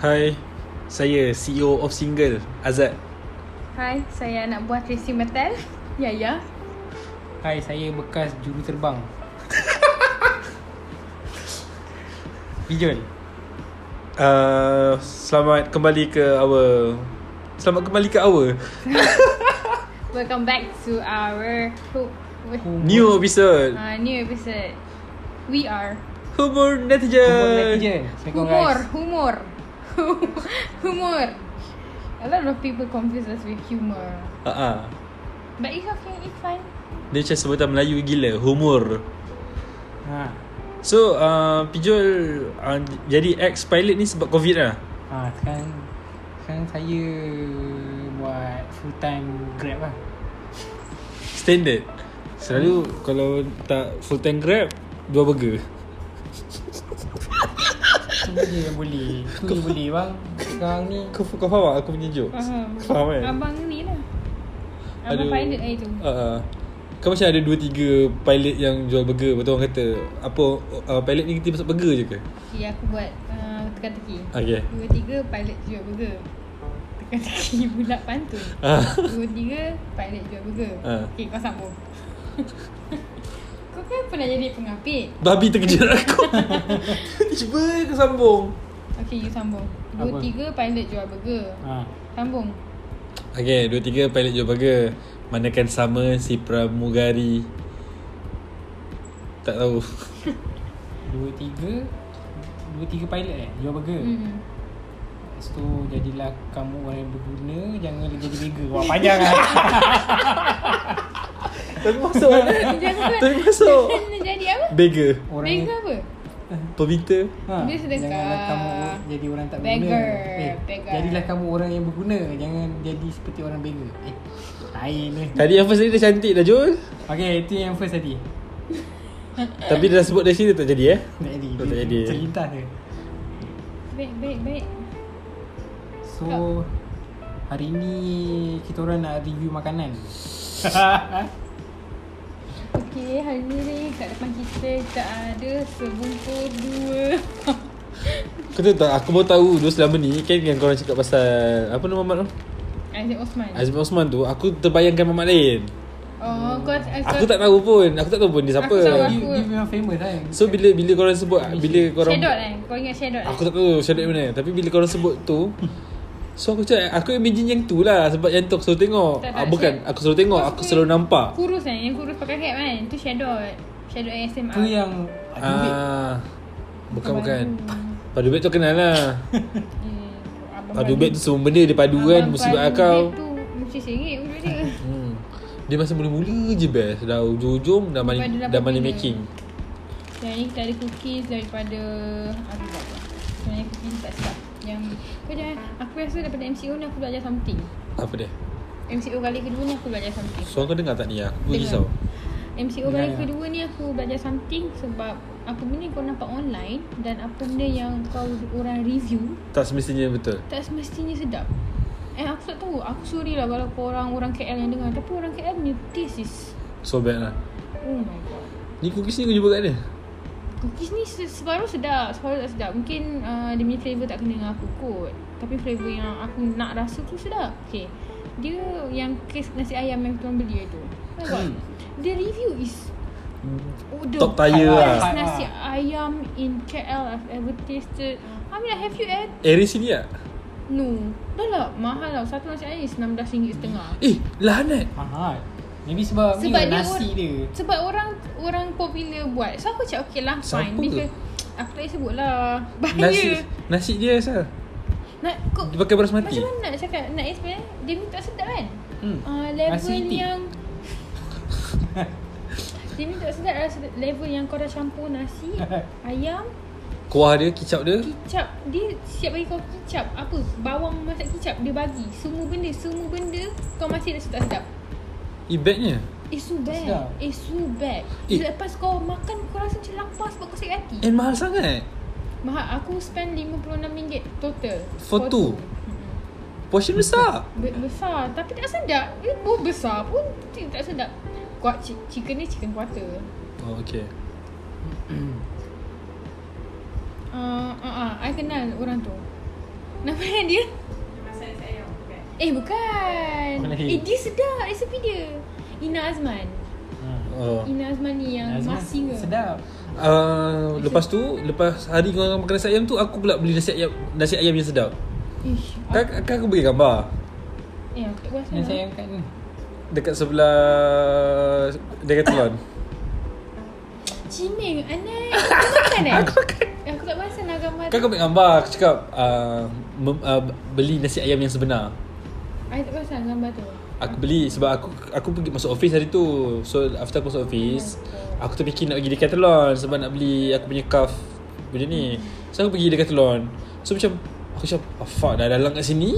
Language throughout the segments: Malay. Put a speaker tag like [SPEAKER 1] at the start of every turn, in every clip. [SPEAKER 1] Hai, saya CEO of Single, Azad.
[SPEAKER 2] Hai, saya anak buah Tracy Ya, Metal. Yaya.
[SPEAKER 3] Hai, saya bekas juru terbang. Bijul.
[SPEAKER 1] Uh, selamat kembali ke our Selamat kembali ke our
[SPEAKER 2] Welcome back to our who, who,
[SPEAKER 1] new episode
[SPEAKER 2] uh, new episode. We are
[SPEAKER 1] Humor
[SPEAKER 3] Kumur
[SPEAKER 1] Netizen.
[SPEAKER 3] netizen. Assalamualaikum
[SPEAKER 2] humor,
[SPEAKER 3] guys.
[SPEAKER 2] humor, humor. A lot of people confuse us with humor,
[SPEAKER 1] Ah ah.
[SPEAKER 2] but it's okay, it's fine.
[SPEAKER 1] Dia macam sebutan Melayu gila, humor.
[SPEAKER 3] Ha.
[SPEAKER 1] So, uh, Pijol uh, jadi ex pilot ni sebab COVID lah.
[SPEAKER 3] Ha, sekarang sekarang saya buat full time Grab lah.
[SPEAKER 1] Standard. Selalu kalau tak full time Grab, dua burger.
[SPEAKER 3] Tu je yang boleh. Tu je boleh bang. Sekarang ni
[SPEAKER 1] Kau, kau faham tak aku punya jokes?
[SPEAKER 2] Faham.
[SPEAKER 1] Kau faham kan?
[SPEAKER 2] Abang ni lah.
[SPEAKER 1] Ada-
[SPEAKER 2] Abang pilot lah air tu.
[SPEAKER 1] Uh, kan macam ada 2-3 pilot yang jual burger Lepas tu orang kata Apa uh, pilot ni kita masak burger je ke?
[SPEAKER 2] Okay, aku buat uh, teka-teki.
[SPEAKER 1] Okay
[SPEAKER 2] Dua tiga pilot jual burger. Teka-teki pula pantun.
[SPEAKER 1] Ah.
[SPEAKER 2] Dua tiga pilot jual burger.
[SPEAKER 1] Ah.
[SPEAKER 2] Okay, kau sambung. kau kan pernah jadi pengapit.
[SPEAKER 1] Babi terkejut aku Tiba kau sambung
[SPEAKER 2] Okay, you sambung. Dua
[SPEAKER 3] Apa?
[SPEAKER 2] tiga pilot jual burger.
[SPEAKER 3] ha.
[SPEAKER 2] Sambung.
[SPEAKER 1] Okay 2-3 pilot jual burger Manakan sama si pramugari Tak tahu
[SPEAKER 3] Dua tiga Dua tiga pilot eh Jual burger hmm.
[SPEAKER 2] Hmm.
[SPEAKER 3] Lepas tu jadilah kamu orang yang berguna Jangan jadi beggar Wah panjang lah
[SPEAKER 1] Tapi masuk
[SPEAKER 2] Jangan
[SPEAKER 1] Tapi masuk
[SPEAKER 2] Jangan jadi apa?
[SPEAKER 1] Beggar
[SPEAKER 3] Orang
[SPEAKER 2] Beggar apa?
[SPEAKER 1] Peminta
[SPEAKER 3] Ha,
[SPEAKER 2] Dia sedekah.
[SPEAKER 3] Janganlah kamu jadi orang tak
[SPEAKER 2] Beggar,
[SPEAKER 3] berguna. Eh,
[SPEAKER 2] beggar.
[SPEAKER 3] Jadilah kamu orang yang berguna. Jangan jadi seperti orang beggar. Eh, lain lah. ni.
[SPEAKER 1] Tadi yang first tadi dah cantik dah Jul
[SPEAKER 3] Okay, itu yang first tadi.
[SPEAKER 1] Tapi dia dah sebut dari sini tak jadi eh
[SPEAKER 3] Tak jadi.
[SPEAKER 1] Tak
[SPEAKER 3] Dia
[SPEAKER 1] jadi.
[SPEAKER 3] Terlintas dia.
[SPEAKER 2] Baik, baik, baik.
[SPEAKER 3] So, hari ni kita orang nak review makanan.
[SPEAKER 2] Okey, hari ni kat depan kita tak ada sebungkus dua.
[SPEAKER 1] Kau tahu tak aku baru tahu dulu selama ni kan yang korang cakap pasal apa nama Mamat tu?
[SPEAKER 2] Aziz Osman.
[SPEAKER 1] Azmi Osman tu aku terbayangkan Mamat lain.
[SPEAKER 2] Oh, kau,
[SPEAKER 1] Aku tak tahu pun, aku tak tahu pun dia siapa.
[SPEAKER 2] Aku
[SPEAKER 3] dia,
[SPEAKER 2] tahu.
[SPEAKER 3] dia memang famous lah. Kan?
[SPEAKER 1] So bila bila korang sebut bila korang
[SPEAKER 2] Shadot eh? Kau ingat Shadot eh?
[SPEAKER 1] aku tak tahu Syadot mana tapi bila korang sebut tu So aku cakap Aku imagine yang tu lah Sebab yang tu aku selalu tengok
[SPEAKER 2] Tak,
[SPEAKER 1] ah,
[SPEAKER 2] tak,
[SPEAKER 1] Bukan
[SPEAKER 2] Syed-
[SPEAKER 1] Aku selalu tengok
[SPEAKER 2] kau
[SPEAKER 1] Aku
[SPEAKER 2] suka-
[SPEAKER 1] selalu nampak
[SPEAKER 2] Kurus kan Yang kurus pakai cap kan Tu Shadot Shadot yang SMA
[SPEAKER 3] Tu yang ah.
[SPEAKER 1] ah, Bukan
[SPEAKER 2] Abang
[SPEAKER 1] bukan
[SPEAKER 2] Padu.
[SPEAKER 1] Padu beg tu kenal lah
[SPEAKER 2] Eh, Abang
[SPEAKER 1] Padu
[SPEAKER 2] Padu.
[SPEAKER 1] beg tu semua benda Dia padu kan
[SPEAKER 2] Abang
[SPEAKER 1] Musibah
[SPEAKER 2] Padu
[SPEAKER 1] kau
[SPEAKER 2] dia tu Mesti sengit wujud dia
[SPEAKER 1] Hmm. Dia masa mula-mula je best Dah ujung-ujung Dah money,
[SPEAKER 2] Daripada
[SPEAKER 1] dah money
[SPEAKER 2] lapan
[SPEAKER 1] making
[SPEAKER 2] Yang ni kita ada cookies Daripada Aku tak tahu Sebenarnya cookies tak sedap Yang Kau jangan Aku rasa daripada MCO ni Aku belajar something
[SPEAKER 1] Apa dia?
[SPEAKER 2] MCO kali kedua ni Aku belajar something
[SPEAKER 1] Suara kau dengar tak ni? Aku
[SPEAKER 2] Dengar.
[SPEAKER 1] risau
[SPEAKER 2] MCO
[SPEAKER 1] Ya,
[SPEAKER 2] kali
[SPEAKER 3] Dengar, dengar.
[SPEAKER 2] kedua ni Aku belajar something Sebab Apa benda yang kau nampak online Dan apa benda yang Kau orang review
[SPEAKER 1] Tak semestinya betul
[SPEAKER 2] Tak semestinya sedap Eh aku tak tahu Aku sorry lah kalau korang orang KL yang dengar Tapi orang KL punya taste is
[SPEAKER 1] So bad lah
[SPEAKER 2] Oh my god
[SPEAKER 1] Ni cookies ni kau jumpa kat mana?
[SPEAKER 2] Cookies ni se- separuh sedap Separuh tak sedap Mungkin uh, dia punya flavour tak kena dengan aku kot Tapi flavour yang aku nak rasa tu sedap Okay Dia yang kes nasi ayam yang tuan beli tu Oh my god
[SPEAKER 3] Hmm.
[SPEAKER 2] Dia review is oh, the
[SPEAKER 1] Top tier lah.
[SPEAKER 2] best nasi ayam in KL I've ever tasted I mean have you had?
[SPEAKER 1] Area Eh, sini tak?
[SPEAKER 2] No Dah lah mahal lah Satu nasi ayam is RM16.5
[SPEAKER 1] Eh lahanat
[SPEAKER 3] Aha. Maybe sebab,
[SPEAKER 2] sebab
[SPEAKER 3] ni
[SPEAKER 2] dia
[SPEAKER 3] nasi
[SPEAKER 2] or-
[SPEAKER 3] dia.
[SPEAKER 2] Sebab orang orang popular buat. So aku cakap okay lah
[SPEAKER 1] Siapa?
[SPEAKER 2] fine. Because aku tak sebut lah.
[SPEAKER 1] Nasi
[SPEAKER 2] Bahaya.
[SPEAKER 1] Nasi dia asal
[SPEAKER 2] Nak kau
[SPEAKER 1] Dia pakai basmati
[SPEAKER 2] macam mana nak cakap nak explain dia ni tak sedap kan?
[SPEAKER 3] Hmm.
[SPEAKER 2] Uh, level
[SPEAKER 3] Nasi itik.
[SPEAKER 2] yang Dia ni tak sedap rasa level yang kau dah campur nasi, ayam,
[SPEAKER 1] Kuah dia, kicap dia
[SPEAKER 2] kicap. Dia siap bagi kau kicap. Apa? Bawang masak kicap dia bagi. Semua benda, semua benda kau masih rasa tak sedap.
[SPEAKER 1] Eh badnya
[SPEAKER 2] It's so bad
[SPEAKER 3] Sedap.
[SPEAKER 2] It's so bad
[SPEAKER 1] Eh.
[SPEAKER 2] eh. Lepas kau makan Kau rasa macam lapar Sebab kau sakit hati
[SPEAKER 1] And Eh, mahal sangat
[SPEAKER 2] Mahal Aku spend RM56 total
[SPEAKER 1] For two?
[SPEAKER 2] Mm-mm.
[SPEAKER 1] Portion besar
[SPEAKER 2] Be- Besar Tapi tak sedap Dia pun besar pun ti- Tak sedap Kuat chi- Chicken ni chicken quarter
[SPEAKER 1] Oh okay
[SPEAKER 2] Ah, uh, uh, uh, I kenal orang tu Nama dia?
[SPEAKER 4] Masak nasi ayam bukan?
[SPEAKER 2] Eh bukan
[SPEAKER 3] Bukan lagi.
[SPEAKER 2] Eh dia sedap resepi dia Ina Azman
[SPEAKER 3] Hmm.
[SPEAKER 1] Oh.
[SPEAKER 2] Ina Azman ni yang
[SPEAKER 3] Azman,
[SPEAKER 2] masing
[SPEAKER 3] Sedap
[SPEAKER 1] Uh, lepas tu Lepas hari kau orang makan nasi ayam tu Aku pula beli nasi ayam Nasi ayam yang sedap
[SPEAKER 2] Ish
[SPEAKER 1] Kan, kan aku bagi gambar
[SPEAKER 2] Eh aku tak puas
[SPEAKER 3] Dan
[SPEAKER 2] lah.
[SPEAKER 3] saya angkat ni
[SPEAKER 1] Dekat sebelah Decathlon
[SPEAKER 2] Cimeng Anai Kau makan eh Aku makan Aku tak puas nak gambar
[SPEAKER 1] Kan
[SPEAKER 2] tu
[SPEAKER 1] aku ambil gambar Aku cakap uh, mem, uh, Beli nasi ayam yang sebenar
[SPEAKER 2] Aku tak puas nak gambar tu
[SPEAKER 1] Aku beli sebab aku aku pergi masuk office hari tu. So after aku masuk office, aku terfikir nak pergi Decathlon sebab nak beli aku punya cuff benda ni. So aku pergi Decathlon. So macam aku macam oh, fuck dah dalam kat sini.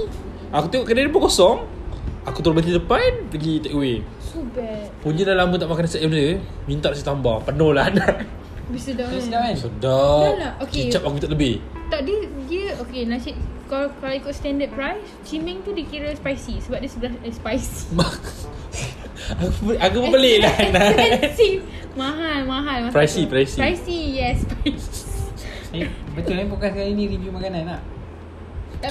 [SPEAKER 1] Aku tengok kedai dia pun kosong. Aku turun balik depan pergi take away.
[SPEAKER 2] So bad
[SPEAKER 1] Punya dah lama tak makan nasi ayam dia. Minta nasi tambah. Penuh lah anak.
[SPEAKER 2] Bisa dah
[SPEAKER 3] Saya
[SPEAKER 2] kan?
[SPEAKER 3] sedap kan
[SPEAKER 1] Sedap.
[SPEAKER 2] Dah lah, okay.
[SPEAKER 1] Kicap aku minta lebih.
[SPEAKER 2] Tak dia Dia Okay nasi kalau, kalau ikut standard price Cimeng tu dikira spicy Sebab dia sebelah eh, Spicy
[SPEAKER 1] aku aku pun pelik lah
[SPEAKER 2] Eh,
[SPEAKER 1] anak.
[SPEAKER 2] Expensive Mahal mahal masa
[SPEAKER 1] Pricey,
[SPEAKER 2] tu.
[SPEAKER 1] pricey.
[SPEAKER 2] Pricey yes pricey.
[SPEAKER 3] Eh, Betul eh podcast kali ni review makanan tak?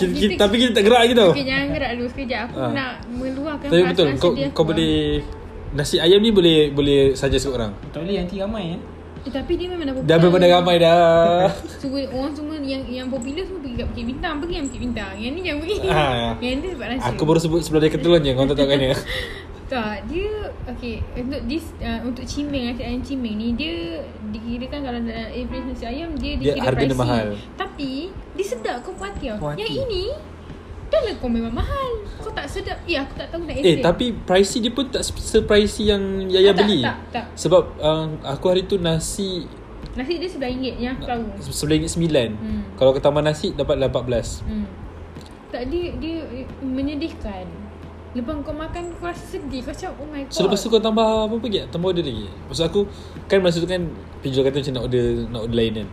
[SPEAKER 1] Kita- kita- Tapi kita tak gerak lagi tau.
[SPEAKER 2] Okay jangan gerak dulu sekejap Aku
[SPEAKER 1] Ah.
[SPEAKER 2] nak meluahkan
[SPEAKER 1] Tapi betul
[SPEAKER 2] perasaan
[SPEAKER 1] kau
[SPEAKER 2] sedih aku. ah.
[SPEAKER 1] kau boleh nasi ayam ni boleh boleh suggest kat orang.
[SPEAKER 3] Tak boleh nanti ramai eh
[SPEAKER 2] eh, Tapi dia memang dah popular
[SPEAKER 1] Dah berpada ramai dah.
[SPEAKER 2] Semua orang semua yang yang popular semua pergi kat Bukit Bintang Pergi yang Bukit Bintang Yang ni jangan pergi
[SPEAKER 1] Ah.
[SPEAKER 2] Yang ni sebab rasa
[SPEAKER 1] Aku baru sebut sebelum dia ketelon je kau tak tahu kan dia.
[SPEAKER 2] Tak, dia okay untuk this uh, untuk cimeng nasi ayam cimeng ni dia dikirakan kalau dalam average nasi ayam dia
[SPEAKER 1] Dia
[SPEAKER 2] dikira
[SPEAKER 1] harga dia
[SPEAKER 2] pricey.
[SPEAKER 1] mahal.
[SPEAKER 2] Tapi dia sedap kau puas hati tau.
[SPEAKER 3] Puas
[SPEAKER 2] Yang
[SPEAKER 3] hati.
[SPEAKER 2] ini dah lah kau memang mahal. Kau tak sedap. Ya, aku tak tahu nak
[SPEAKER 1] Eh
[SPEAKER 2] explain.
[SPEAKER 1] tapi pricey dia pun tak se-pricey yang Yaya
[SPEAKER 2] Ah, tak,
[SPEAKER 1] beli.
[SPEAKER 2] tak, tak.
[SPEAKER 1] Sebab uh, aku hari tu nasi
[SPEAKER 2] nasi dia RM11 yang aku tahu.
[SPEAKER 1] sebelah ingat sembilan.
[SPEAKER 2] Hmm.
[SPEAKER 1] Kalau ke taman nasi dapat lah 14.
[SPEAKER 2] Hmm. Tak dia dia menyedihkan. Lepas kau makan kau rasa sedih Kau macam oh my god
[SPEAKER 1] So lepas tu kau tambah apa lagi? Tambah order lagi. Maksud aku kan masa tu kan penjual kata macam nak order nak order lain kan.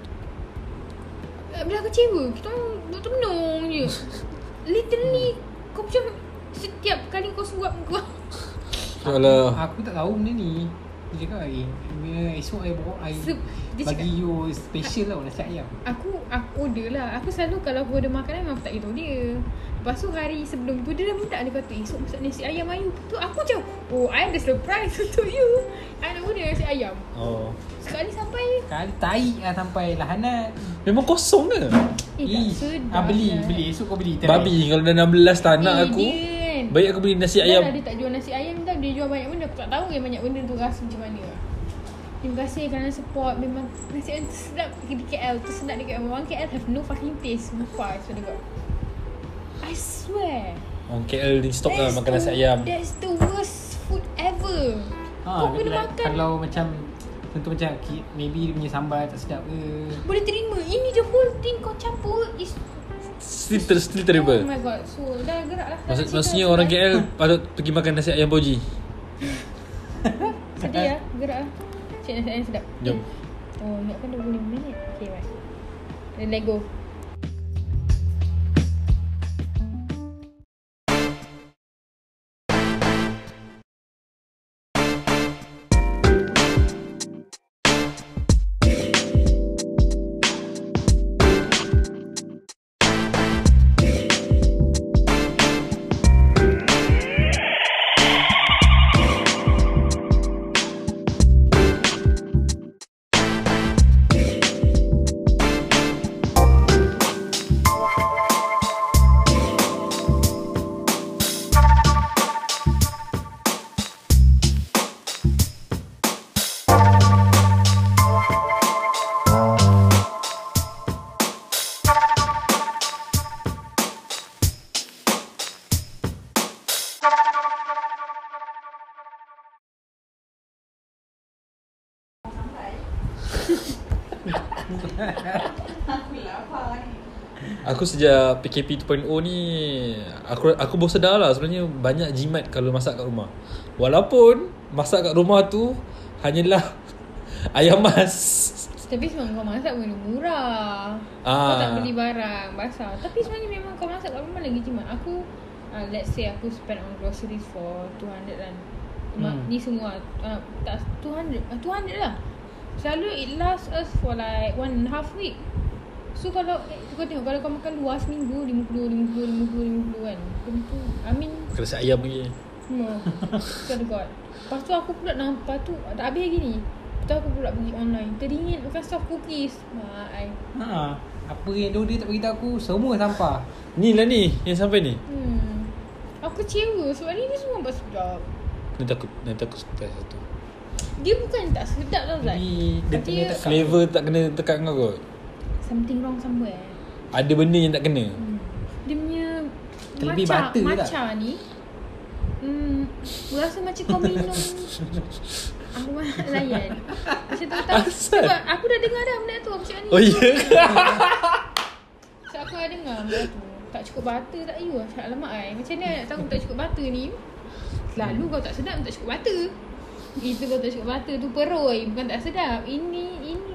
[SPEAKER 2] Eh, Bila aku kecewa Kita orang duduk tenung je Literally Kau macam Setiap kali kau suap kau
[SPEAKER 1] Kalau
[SPEAKER 3] Aku tak tahu benda ni Dia cakap eh bila Esok I bawa I
[SPEAKER 2] Se- dia cakap-
[SPEAKER 3] Bagi you special lah, tau nasi ayam
[SPEAKER 2] Aku Aku order lah Aku selalu kalau aku order makanan Memang aku tak beritahu dia Lepas tu hari sebelum tu Dia dah minta Dia kata esok masak nasi ayam ayu Tu aku macam Oh I ada surprise untuk you I nak order nasi ayam
[SPEAKER 1] oh.
[SPEAKER 2] Sekali sampai
[SPEAKER 3] Kali taik lah sampai lahanat
[SPEAKER 1] Memang kosong ke?
[SPEAKER 2] Eh tak
[SPEAKER 3] Ih,
[SPEAKER 2] sedap
[SPEAKER 3] ah, Beli
[SPEAKER 2] lah.
[SPEAKER 3] beli Esok kau beli try.
[SPEAKER 1] Babi kalau dah 16 tak nak
[SPEAKER 2] Eh,
[SPEAKER 1] aku.
[SPEAKER 2] dia kan.
[SPEAKER 1] Baik aku beli nasi
[SPEAKER 2] Dah
[SPEAKER 1] ayam.
[SPEAKER 2] lah dia tak jual nasi ayam tau Dia jual banyak benda Aku tak tahu yang banyak benda tu rasa macam mana Terima kasih kerana support Memang nasi ayam tu sedap di KL Tu sedap di KL Orang KL have no fucking taste Mufa I swear to God I swear
[SPEAKER 1] Orang KL ni stop lah
[SPEAKER 2] That's
[SPEAKER 1] makan nasi
[SPEAKER 2] the-
[SPEAKER 1] ayam
[SPEAKER 2] That's the worst food ever
[SPEAKER 3] ha,
[SPEAKER 2] Kau kena
[SPEAKER 3] like,
[SPEAKER 2] makan
[SPEAKER 3] Kalau macam Tentu macam okay, Maybe dia punya sambal tak sedap ke
[SPEAKER 2] Boleh terima Ini the whole thing kau campur Is
[SPEAKER 1] Still, ter, still
[SPEAKER 2] Oh
[SPEAKER 1] terrible
[SPEAKER 2] my god So dah gerak lah
[SPEAKER 1] Maksud, Maksudnya orang KL patut pergi makan nasi ayam boji
[SPEAKER 2] Sedih
[SPEAKER 1] Eh?
[SPEAKER 2] lah Gerak lah Cik nasi ayam sedap
[SPEAKER 1] Jom
[SPEAKER 2] Oh, nak kan 25 minit. Okay, right. Then let go.
[SPEAKER 4] Aku lapar ni.
[SPEAKER 1] Aku sejak PKP 2.0 ni Aku aku baru sedar lah sebenarnya Banyak jimat kalau masak kat rumah Walaupun masak kat rumah tu Hanyalah ayam mas
[SPEAKER 2] Tapi sebenarnya kau masak benda murah Kau
[SPEAKER 1] Ah.
[SPEAKER 2] tak beli barang basah Tapi sebenarnya memang kau masak kat rumah lagi jimat Aku uh, Let's say aku spend on groceries for 200 dan
[SPEAKER 3] Hmm.
[SPEAKER 2] hmm. Ni semua uh, tak ah, 200 uh, 200 lah Selalu it lasts us for like one and a half week So kalau eh, Kau tengok Kalau kau makan luar seminggu RM50 RM50 RM50 kan Benda tu I mean
[SPEAKER 1] Bukan nasi ayam lagi
[SPEAKER 2] No Swear to God Lepas tu aku pula nampak tu Tak habis lagi ni Lepas tu aku pula pergi online Teringat makan soft cookies Mak I
[SPEAKER 3] Ha. Apa yang dia dia tak beritahu aku semua sampah.
[SPEAKER 1] Ni lah ni Yang sampai ni
[SPEAKER 2] Hmm Aku kecewa sebab ni ni semua buat sedap
[SPEAKER 1] Nanti aku Nanti aku test satu
[SPEAKER 2] Dia bukan tak sedap tau Zat
[SPEAKER 3] Jadi dia
[SPEAKER 2] Tapi
[SPEAKER 3] kena
[SPEAKER 2] dia-
[SPEAKER 3] tak
[SPEAKER 1] Flavor tak kena tekat kau kot
[SPEAKER 2] Something wrong somewhere
[SPEAKER 1] Ada benda yang tak kena
[SPEAKER 2] hmm. Dia punya
[SPEAKER 3] Terlebih
[SPEAKER 2] matcha,
[SPEAKER 3] butter
[SPEAKER 1] lah.
[SPEAKER 3] ke tak?
[SPEAKER 2] matcha ni Hmm, rasa macam kau minum arwah layan. Macam tu tak.
[SPEAKER 1] Asal?
[SPEAKER 2] Sebab aku dah dengar dah benda tu macam ni.
[SPEAKER 1] Oh ya ke?
[SPEAKER 2] So aku dah dengar benda tu Tak cukup butter tak you Macam alamak ai Macam mana nak tahu tak cukup butter ni Selalu kau tak sedap tak cukup butter Itu kau tak cukup butter tu peroi Bukan tak sedap Ini ini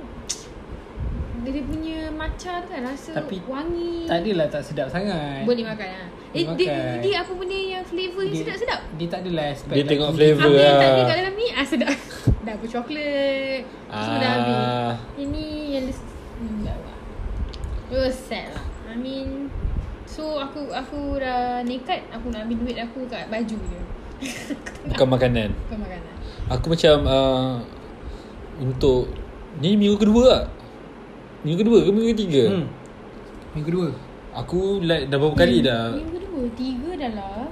[SPEAKER 2] Dia dia punya matcha tu kan rasa
[SPEAKER 3] Tapi
[SPEAKER 2] wangi
[SPEAKER 3] Tak adalah tak sedap sangat.
[SPEAKER 2] Boleh makan lah Eh
[SPEAKER 3] Boleh
[SPEAKER 2] dia,
[SPEAKER 3] makan.
[SPEAKER 2] dia apa benda yang flavour yang sedap-sedap
[SPEAKER 3] Dia tak adalah aspek
[SPEAKER 1] Dia
[SPEAKER 3] like
[SPEAKER 1] tengok
[SPEAKER 3] tinggi-
[SPEAKER 1] flavour.
[SPEAKER 2] Apa yang tak ada
[SPEAKER 1] lah.
[SPEAKER 2] kat dalam ni ah, sedap Dah pun coklat Semua dah habis
[SPEAKER 1] Ah.
[SPEAKER 2] Ini yang dia hmm, dah buat. It was sad lah I mean So aku aku dah nekat Aku nak ambil duit aku kat baju je
[SPEAKER 1] Bukan makanan
[SPEAKER 2] Bukan makanan
[SPEAKER 1] Aku macam uh, Untuk Ni minggu kedua lah Minggu kedua ke minggu ketiga
[SPEAKER 3] Hmm. Minggu kedua.
[SPEAKER 1] Aku like dah berapa
[SPEAKER 2] Hmm.
[SPEAKER 1] kali dah
[SPEAKER 2] Minggu kedua Tiga dah lah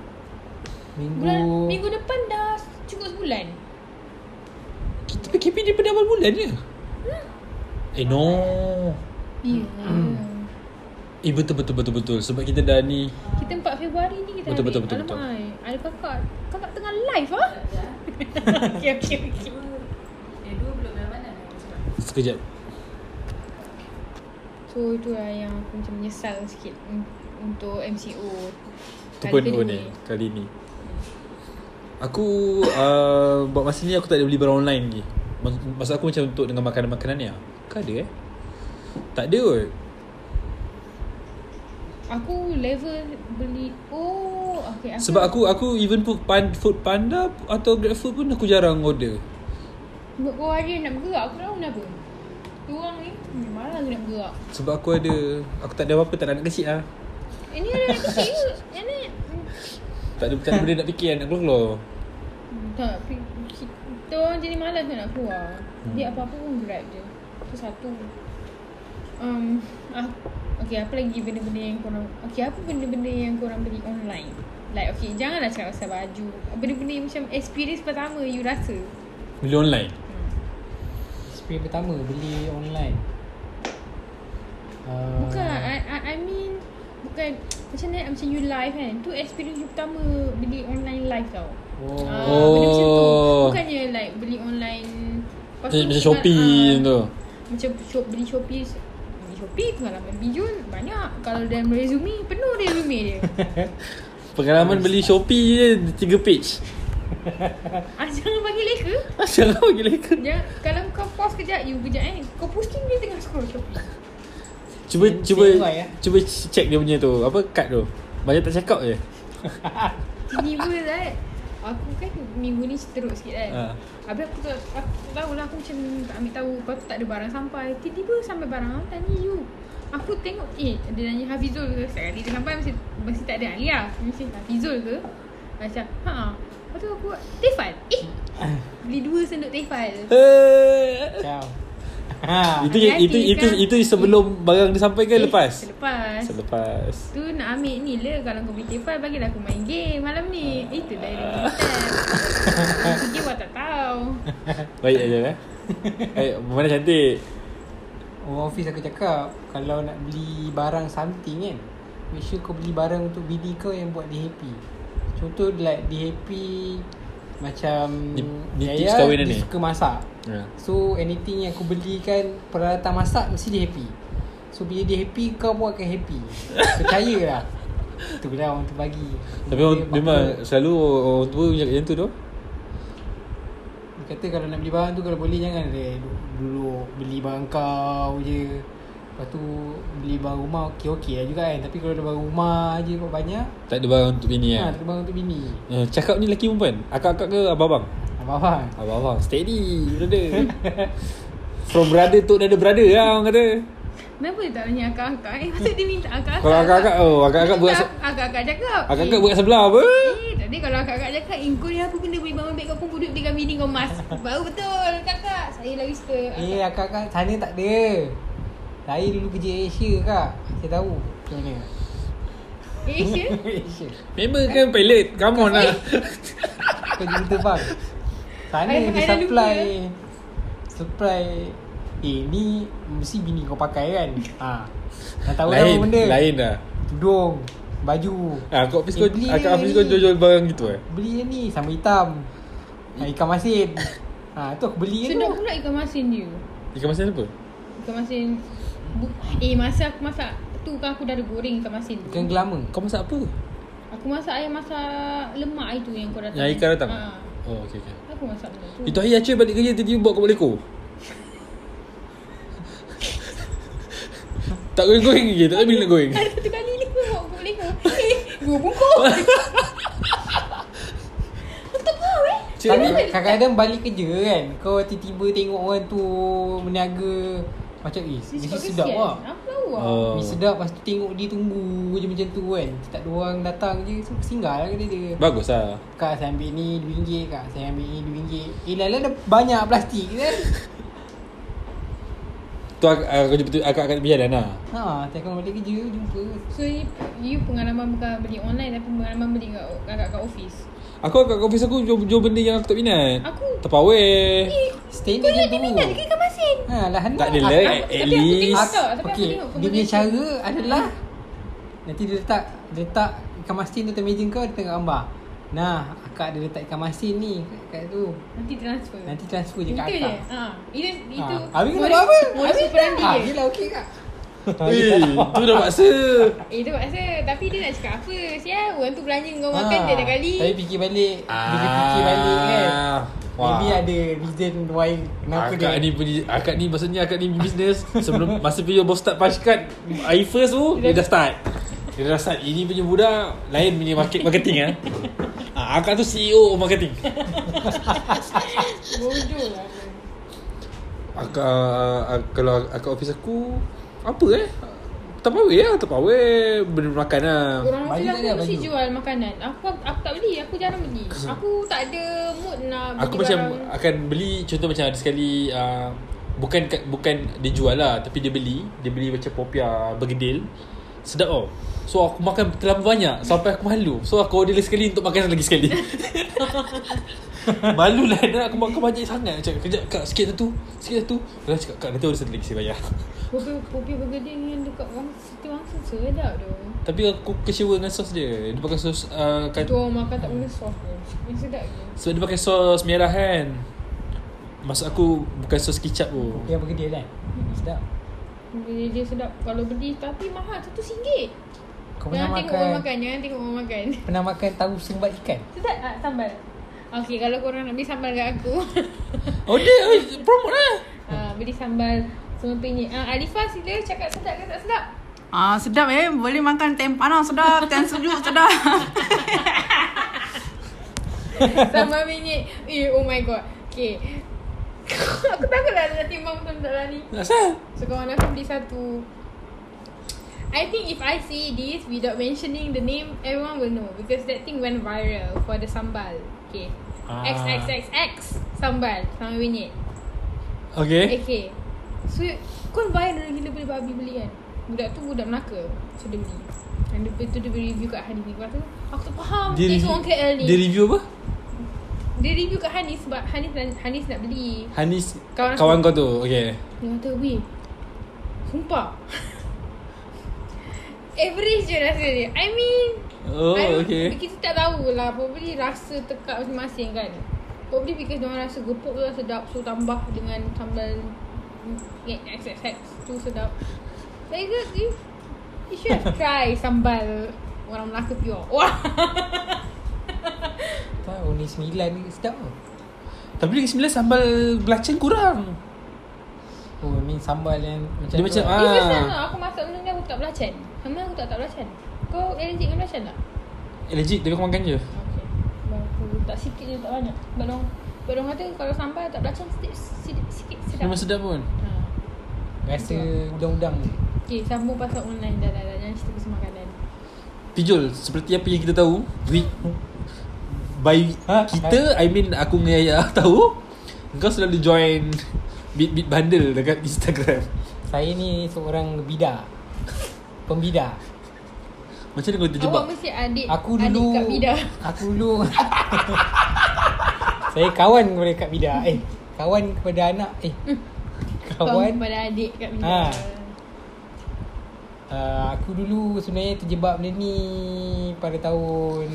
[SPEAKER 3] Minggu
[SPEAKER 2] Bulan, Minggu depan dah Cukup sebulan
[SPEAKER 1] Kita PKP daripada awal bulan je Eh no Hmm.
[SPEAKER 2] Ya
[SPEAKER 1] Eh betul betul betul betul Sebab kita dah ni
[SPEAKER 2] Kita 4 Februari ni kita
[SPEAKER 1] Betul, betul,
[SPEAKER 2] ambil.
[SPEAKER 1] betul, betul.
[SPEAKER 2] Alamak, betul. Ada kakak Kakak tengah live ah. okay, okay, okay.
[SPEAKER 4] Eh, dua belum dalam mana? Macam mana?
[SPEAKER 1] Sekejap
[SPEAKER 2] So itu lah yang aku macam menyesal sikit un- Untuk MCO
[SPEAKER 1] Tu pun
[SPEAKER 2] Kali
[SPEAKER 1] oh, ni Kali ni Aku uh, Buat masa ni aku tak ada beli barang online lagi Mak- Maksud aku macam untuk dengan makanan-makanan ni lah Kau ada eh? Tak ada kot
[SPEAKER 2] Aku level beli Oh okay, aku
[SPEAKER 1] Sebab aku aku even pun pan, food panda atau GrabFood pun aku jarang order.
[SPEAKER 2] Buat kau hari nak bergerak Aku tak tahu kenapa Tu orang ni hmm, Malas aku nak bergerak
[SPEAKER 1] Sebab aku ada aku tak ada apa-apa tak ada anak kecil lah.
[SPEAKER 2] Eh ni ada anak kecil ke? Yang ni hmm,
[SPEAKER 1] Tak ada tak ada benda nak fikir nak keluar.
[SPEAKER 2] hmm, Tak pi- Kita orang jadi malas nak keluar Dia
[SPEAKER 1] Hmm.
[SPEAKER 2] apa-apa pun grab je Itu satu um, ah, Okay apa lagi benda-benda yang korang Okay apa benda-benda yang korang beli online Like okay janganlah cakap pasal baju Benda-benda yang macam experience pertama you rasa
[SPEAKER 1] Beli online.
[SPEAKER 3] spray pertama beli online. Uh,
[SPEAKER 2] Bukan I,
[SPEAKER 1] Ah.
[SPEAKER 2] I, I mean Bukan Macam mana Macam you live kan Tu experience you pertama Beli online live tau
[SPEAKER 3] Oh.
[SPEAKER 2] Ah, Benda macam tu
[SPEAKER 1] Oh.
[SPEAKER 2] Bukannya like Beli online
[SPEAKER 1] Eh,
[SPEAKER 2] lepas tu
[SPEAKER 1] macam
[SPEAKER 2] tengah-
[SPEAKER 1] Shopee
[SPEAKER 2] Oh, ah,
[SPEAKER 1] tu.
[SPEAKER 2] Macam shop, beli Shopee Beli Shopee Pengalaman Bijun Banyak Kalau dalam resume Penuh resume dia
[SPEAKER 1] Pengalaman beli Shopee je 3 page.
[SPEAKER 2] ah, Jangan bagi leka
[SPEAKER 1] Asal kau gila ke?
[SPEAKER 2] Jangan, Kalau kau pause kejap You kejap eh Kau posting dia tengah scroll Shopee
[SPEAKER 1] Cuba
[SPEAKER 3] Same-
[SPEAKER 1] cuba
[SPEAKER 3] same way, eh?
[SPEAKER 1] cuba check dia punya tu. Apa kad tu? Banyak tak cakap je.
[SPEAKER 2] Tiba-tiba right Aku kan minggu ni teruk sikit kan
[SPEAKER 1] Ha.
[SPEAKER 2] Habis aku tak, aku tak tahu lah Aku macam tak ambil tahu Kau tu tak ada barang sampai Tiba-tiba sampai barang Aku tanya you Aku tengok Eh dia nanya Hafizul ke Setiap kali dia sampai Mesti, mesti tak ada lah. Alia Mesti Hafizul ke Macam ha Lepas tu aku buat Tefal Eh Beli dua sendok Tefal
[SPEAKER 1] Eh.
[SPEAKER 3] Ciao. Ha.
[SPEAKER 1] Itu yang- itu
[SPEAKER 2] Hati-hati
[SPEAKER 1] itu
[SPEAKER 2] kan?
[SPEAKER 1] itu sebelum barang dia sampai ke
[SPEAKER 2] Eh,
[SPEAKER 1] lepas?
[SPEAKER 2] Selepas
[SPEAKER 1] Selepas.
[SPEAKER 2] Tu nak ambil ni lah Kalau kau beli tefal Bagilah aku main game malam ni Itulah dia
[SPEAKER 1] Ah.
[SPEAKER 2] Pergi buat tak tahu
[SPEAKER 1] Baik aja eh. Baik, mana cantik.
[SPEAKER 3] Orang office aku cakap Kalau nak beli barang something kan Make sure kau beli barang untuk bini kau yang buat dia happy Contoh like dia happy Macam ya
[SPEAKER 1] Ni- ni tips kahwin
[SPEAKER 3] dia
[SPEAKER 1] ni?
[SPEAKER 3] suka masak
[SPEAKER 1] Ya.
[SPEAKER 3] So anything yang aku belikan Peralatan masak mesti dia happy So bila dia happy kau pun akan happy Percayalah Tu bila orang tu bagi
[SPEAKER 1] Tapi orang,
[SPEAKER 3] Dia
[SPEAKER 1] memang
[SPEAKER 3] bakul.
[SPEAKER 1] selalu orang tua cakap macam tu tu.
[SPEAKER 3] Dia kata kalau nak beli barang tu kalau boleh jangan dia duduk- duduk beli barang kau je. Lepas tu beli barang rumah okey-okey lah juga kan. Tapi kalau ada barang rumah je buat banyak,
[SPEAKER 1] Tak ada barang untuk bini
[SPEAKER 3] yeah. ha,
[SPEAKER 1] kan.
[SPEAKER 3] ada barang untuk bini.
[SPEAKER 1] Eh, Cakap ni lelaki perempuan? Akak-akak ke abang-abang?
[SPEAKER 3] Abang-abang.
[SPEAKER 1] Abang-abang. Steady, brother. From brother tu dah ada brother lah orang kata.
[SPEAKER 2] Kenapa dia tak tanya akak-akak Eh pasal dia minta akak-akak
[SPEAKER 1] Kalau akak-akak Oh akak-akak buat se-
[SPEAKER 2] Akak-akak cakap
[SPEAKER 1] Akak-akak
[SPEAKER 2] eh,
[SPEAKER 1] buat sebelah apa
[SPEAKER 2] Eh, tadi kalau kakak cakap Eh, kau ni aku kena beli bangun beg kau pun duduk dengan bini kau mas Baru betul kakak Saya lagi suka
[SPEAKER 3] Eh akak-akak sana tak ada Saya dulu kerja Asia kak Saya tahu macam mana
[SPEAKER 2] Eh, Asia
[SPEAKER 3] Asia
[SPEAKER 1] Member kan pilot Come on lah
[SPEAKER 3] Kau jadi terbang Sana
[SPEAKER 2] Ayah-
[SPEAKER 3] dia
[SPEAKER 2] ayah dah
[SPEAKER 3] supply
[SPEAKER 2] lupa.
[SPEAKER 3] Supply Eh ni mesti bini kau pakai kan ha. Dah tahu
[SPEAKER 1] Lain
[SPEAKER 3] tahu benda
[SPEAKER 1] Lain dah
[SPEAKER 3] Tudung Baju
[SPEAKER 1] Ah, kau office kau
[SPEAKER 3] Eh, beli
[SPEAKER 1] eh,
[SPEAKER 3] dia
[SPEAKER 1] Akak office kau
[SPEAKER 3] ni.
[SPEAKER 1] jual-jual barang gitu eh
[SPEAKER 3] Beli yang ni sama hitam ha, Ikan masin ha, Tu aku beli je
[SPEAKER 2] Sedap
[SPEAKER 3] tu
[SPEAKER 2] pula ikan masin dia
[SPEAKER 1] Ikan masin apa?
[SPEAKER 2] Ikan masin bu- Eh masa aku masak Tu kan aku dah ada goreng ikan masin tu
[SPEAKER 3] Ikan Kan gelama
[SPEAKER 1] Kau masak apa?
[SPEAKER 2] Aku masak ayam masak lemak air tu yang kau
[SPEAKER 1] Yang
[SPEAKER 2] datang
[SPEAKER 1] Ika datang?
[SPEAKER 2] ha.
[SPEAKER 1] Oh okay okay
[SPEAKER 2] Aku masak benda tu
[SPEAKER 1] Itu hari Aceh balik kerja Tiba-tiba bawa kau balik leko Tak goreng-goreng lagi Tak tahu bila nak goreng
[SPEAKER 2] Ada satu kali ni Kau bawa boleh kau Eh Gua bungkus Untuk kau eh
[SPEAKER 1] Cik,
[SPEAKER 3] Tapi kadang-kadang balik kerja kan Kau tiba-tiba tengok orang tu Meniaga Macam eh
[SPEAKER 2] Dia
[SPEAKER 3] Mesti
[SPEAKER 2] cakap
[SPEAKER 3] sedap
[SPEAKER 2] kesian.
[SPEAKER 3] lah
[SPEAKER 2] Apa tahu lah
[SPEAKER 1] Oh.
[SPEAKER 3] Mesti sedap Lepas tu tengok dia tunggu je macam tu kan Tak ada orang datang je So singgah lah kedai dia
[SPEAKER 1] Bagus lah
[SPEAKER 3] Kak saya ambil ni RM2 Kak saya ambil ni RM2 Eh lah ada banyak plastik kan
[SPEAKER 1] Tu ak- aku betul akak-akak biar lah
[SPEAKER 3] Ha Saya akan balik kerja Jumpa
[SPEAKER 2] So you, you pengalaman bukan beli online Tapi pengalaman beli kat kakak kat office
[SPEAKER 1] Aku kat office aku jual, jual benda yang aku tak minat
[SPEAKER 2] Aku- eh,
[SPEAKER 1] Terpawai
[SPEAKER 3] Stand
[SPEAKER 2] Kau
[SPEAKER 3] dia
[SPEAKER 2] ingat dia minat ke ikan masin
[SPEAKER 3] Ha lah
[SPEAKER 1] Tak ada lah
[SPEAKER 2] aku-
[SPEAKER 1] At
[SPEAKER 2] tapi aku tengok
[SPEAKER 1] least
[SPEAKER 2] tak, tapi aku
[SPEAKER 3] okay,
[SPEAKER 2] tengok
[SPEAKER 3] Dia punya
[SPEAKER 2] conversation.
[SPEAKER 3] cara adalah Nanti dia letak Dia letak ikan masin tu atas meja kau Dia tengok gambar Nah akak ada letak ikan masin ni kat- Kat tu
[SPEAKER 2] Nanti transfer
[SPEAKER 3] Nanti transfer je
[SPEAKER 2] Itu
[SPEAKER 3] kat
[SPEAKER 2] je
[SPEAKER 3] akak
[SPEAKER 2] ha. Itu, itu
[SPEAKER 3] Ha. Habis kau
[SPEAKER 2] modus-
[SPEAKER 3] buat apa?
[SPEAKER 2] Modus
[SPEAKER 3] Habis
[SPEAKER 2] operandi
[SPEAKER 3] dah. Ah,
[SPEAKER 2] dia
[SPEAKER 3] Yelah okey kak
[SPEAKER 1] Eh Tu dah paksa
[SPEAKER 2] Eh tu paksa Tapi dia nak cakap apa Sial orang tu belanja kau makan dia dah kali
[SPEAKER 3] Ah, Ha. Tapi fikir balik Bila fikir balik kan
[SPEAKER 1] Ah, wah.
[SPEAKER 3] Maybe ada reason why Kenapa
[SPEAKER 1] Akak
[SPEAKER 3] dia
[SPEAKER 1] ni punya Akak ni maksudnya Akak ni business Sebelum Masa video bos start punch card I first tu Dia dah start Dia dah start Ini punya budak Lain punya market, marketing eh. Ah, Akak tu CEO of marketing
[SPEAKER 2] Bodoh lah
[SPEAKER 1] Akak ak- Kalau akak office aku Apa eh Terpawai lah Terpawai Benda makan lah
[SPEAKER 2] Orang
[SPEAKER 3] Baju
[SPEAKER 2] office
[SPEAKER 3] tak
[SPEAKER 2] aku mesti
[SPEAKER 3] ada, Ah, baju.
[SPEAKER 2] jual makanan Aku aku tak beli Aku jarang beli Aku tak ada mood nak beli
[SPEAKER 1] Aku macam
[SPEAKER 2] barang.
[SPEAKER 1] Akan beli Contoh macam ada sekali uh, Bukan kat- bukan dia jual lah Tapi dia beli Dia beli macam popia Bergedil Sedap tau So aku makan terlalu banyak Sampai aku malu So aku order lagi sekali Untuk makan lagi sekali Malu lah Dan aku makan banyak sangat Macam kejap kak sikit satu Sikit satu Dia cakap kak nanti order satu lagi Saya bayar
[SPEAKER 2] Kopi kopi bergedil yang dekat Wang City Wangsa sedap tu.
[SPEAKER 3] Kan?
[SPEAKER 1] Tapi aku kecewa dengan sos dia Dia pakai sos uh, kat,
[SPEAKER 2] Tu orang makan tak guna sos pun. Yang sedap je.
[SPEAKER 1] Sebab dia pakai sos merah kan Maksud aku Bukan oh. sos kicap tu
[SPEAKER 3] Yang berkedil kan Sedap
[SPEAKER 2] Bergedil dia sedap kalau beli tapi mahal satu singgit.
[SPEAKER 3] Kau
[SPEAKER 2] Jangan tengok
[SPEAKER 3] pernah makan,
[SPEAKER 2] orang makan, jangan tengok orang makan.
[SPEAKER 3] Pernah makan tahu sumbat ikan
[SPEAKER 2] Sedap ah sambal. Okey, kalau korang nak beli sambal kat aku.
[SPEAKER 1] Order eh, Promote lah
[SPEAKER 2] ah, beli sambal semua penyet. Ah, Alifah sila cakap sedap ke tak sedap?
[SPEAKER 4] Ah sedap eh boleh makan tem panas sedap tem sejuk sedap.
[SPEAKER 2] Sambal penyet. Eh, oh my god. Okey. aku takut lah nak timbang betul-betul lah ni.
[SPEAKER 1] Asal?
[SPEAKER 2] So kawan aku beli satu I think if I say this without mentioning the name Everyone will know Because that thing went viral for the sambal Okay
[SPEAKER 1] Ah.
[SPEAKER 2] XXXX Sambal Sambal binyit
[SPEAKER 1] Okay.
[SPEAKER 2] Okay So Kau bayar dulu gila beli babi beli kan Budak tu budak Melaka So dia beli Dan dia, tu dia beli review kat Hani Lepas tu Aku tak faham Dia, dia seorang KL ni
[SPEAKER 1] Dia review apa?
[SPEAKER 2] dia review kat Hani Sebab Hanis, Hanis nak beli
[SPEAKER 1] Hanis kawan,
[SPEAKER 2] Kawan aku.
[SPEAKER 1] kawan kau tu. Okay.
[SPEAKER 2] Dia kata weh Sumpah Average je rasa dia I mean
[SPEAKER 1] Oh,
[SPEAKER 2] I don't-
[SPEAKER 1] okay.
[SPEAKER 2] Kita tak tahulah Probably rasa tekak masing-masing kan Probably because diorang rasa gepuk tu dah sedap So tambah dengan sambal XXX tu sedap Very good you, you should have try sambal Orang Melaka pure Wah
[SPEAKER 3] Tahu oh, ni sembilan ni sedap tau
[SPEAKER 1] Tapi Negeri Sembilan sambal belacan kurang.
[SPEAKER 3] Oh I mean sambal yang macam
[SPEAKER 1] Dia
[SPEAKER 3] tu
[SPEAKER 1] macam,
[SPEAKER 3] lah.
[SPEAKER 2] It's the
[SPEAKER 1] Ah.
[SPEAKER 2] same lah Aku masak benda ni aku tak belacan Sama aku tak tak belacan Kau allergic dengan belacan tak?
[SPEAKER 1] Allergic tapi Eh, kau makan je.
[SPEAKER 2] Okay. Aku tak sikit je tak banyak. Sebab diorang, sebab diorang kata kalau sambal tak belacan sedikit, sedikit, sedikit sedap.
[SPEAKER 1] Memang sedap pun.
[SPEAKER 2] Ha.
[SPEAKER 3] Rasa udang-udang
[SPEAKER 2] Okay sambung pasal online dah dah dah Jangan cerita pasal makanan
[SPEAKER 1] Pijol Seperti apa yang kita tahu We By
[SPEAKER 3] Ha?
[SPEAKER 1] kita I mean aku dengan Yaya tahu Kau selalu join Bit-bit bundle dekat Instagram
[SPEAKER 3] Saya ni seorang bida Pembida
[SPEAKER 1] Macam mana kau terjebak
[SPEAKER 2] Awak mesti adik
[SPEAKER 3] Aku
[SPEAKER 2] adik
[SPEAKER 3] dulu
[SPEAKER 2] kat Bida
[SPEAKER 3] Aku dulu Saya kawan kepada Kak Bida Eh Kawan kepada anak Eh Kawan
[SPEAKER 2] Pada adik kat Bida
[SPEAKER 3] Ha. uh, Aku dulu sebenarnya terjebak benda ni Pada tahun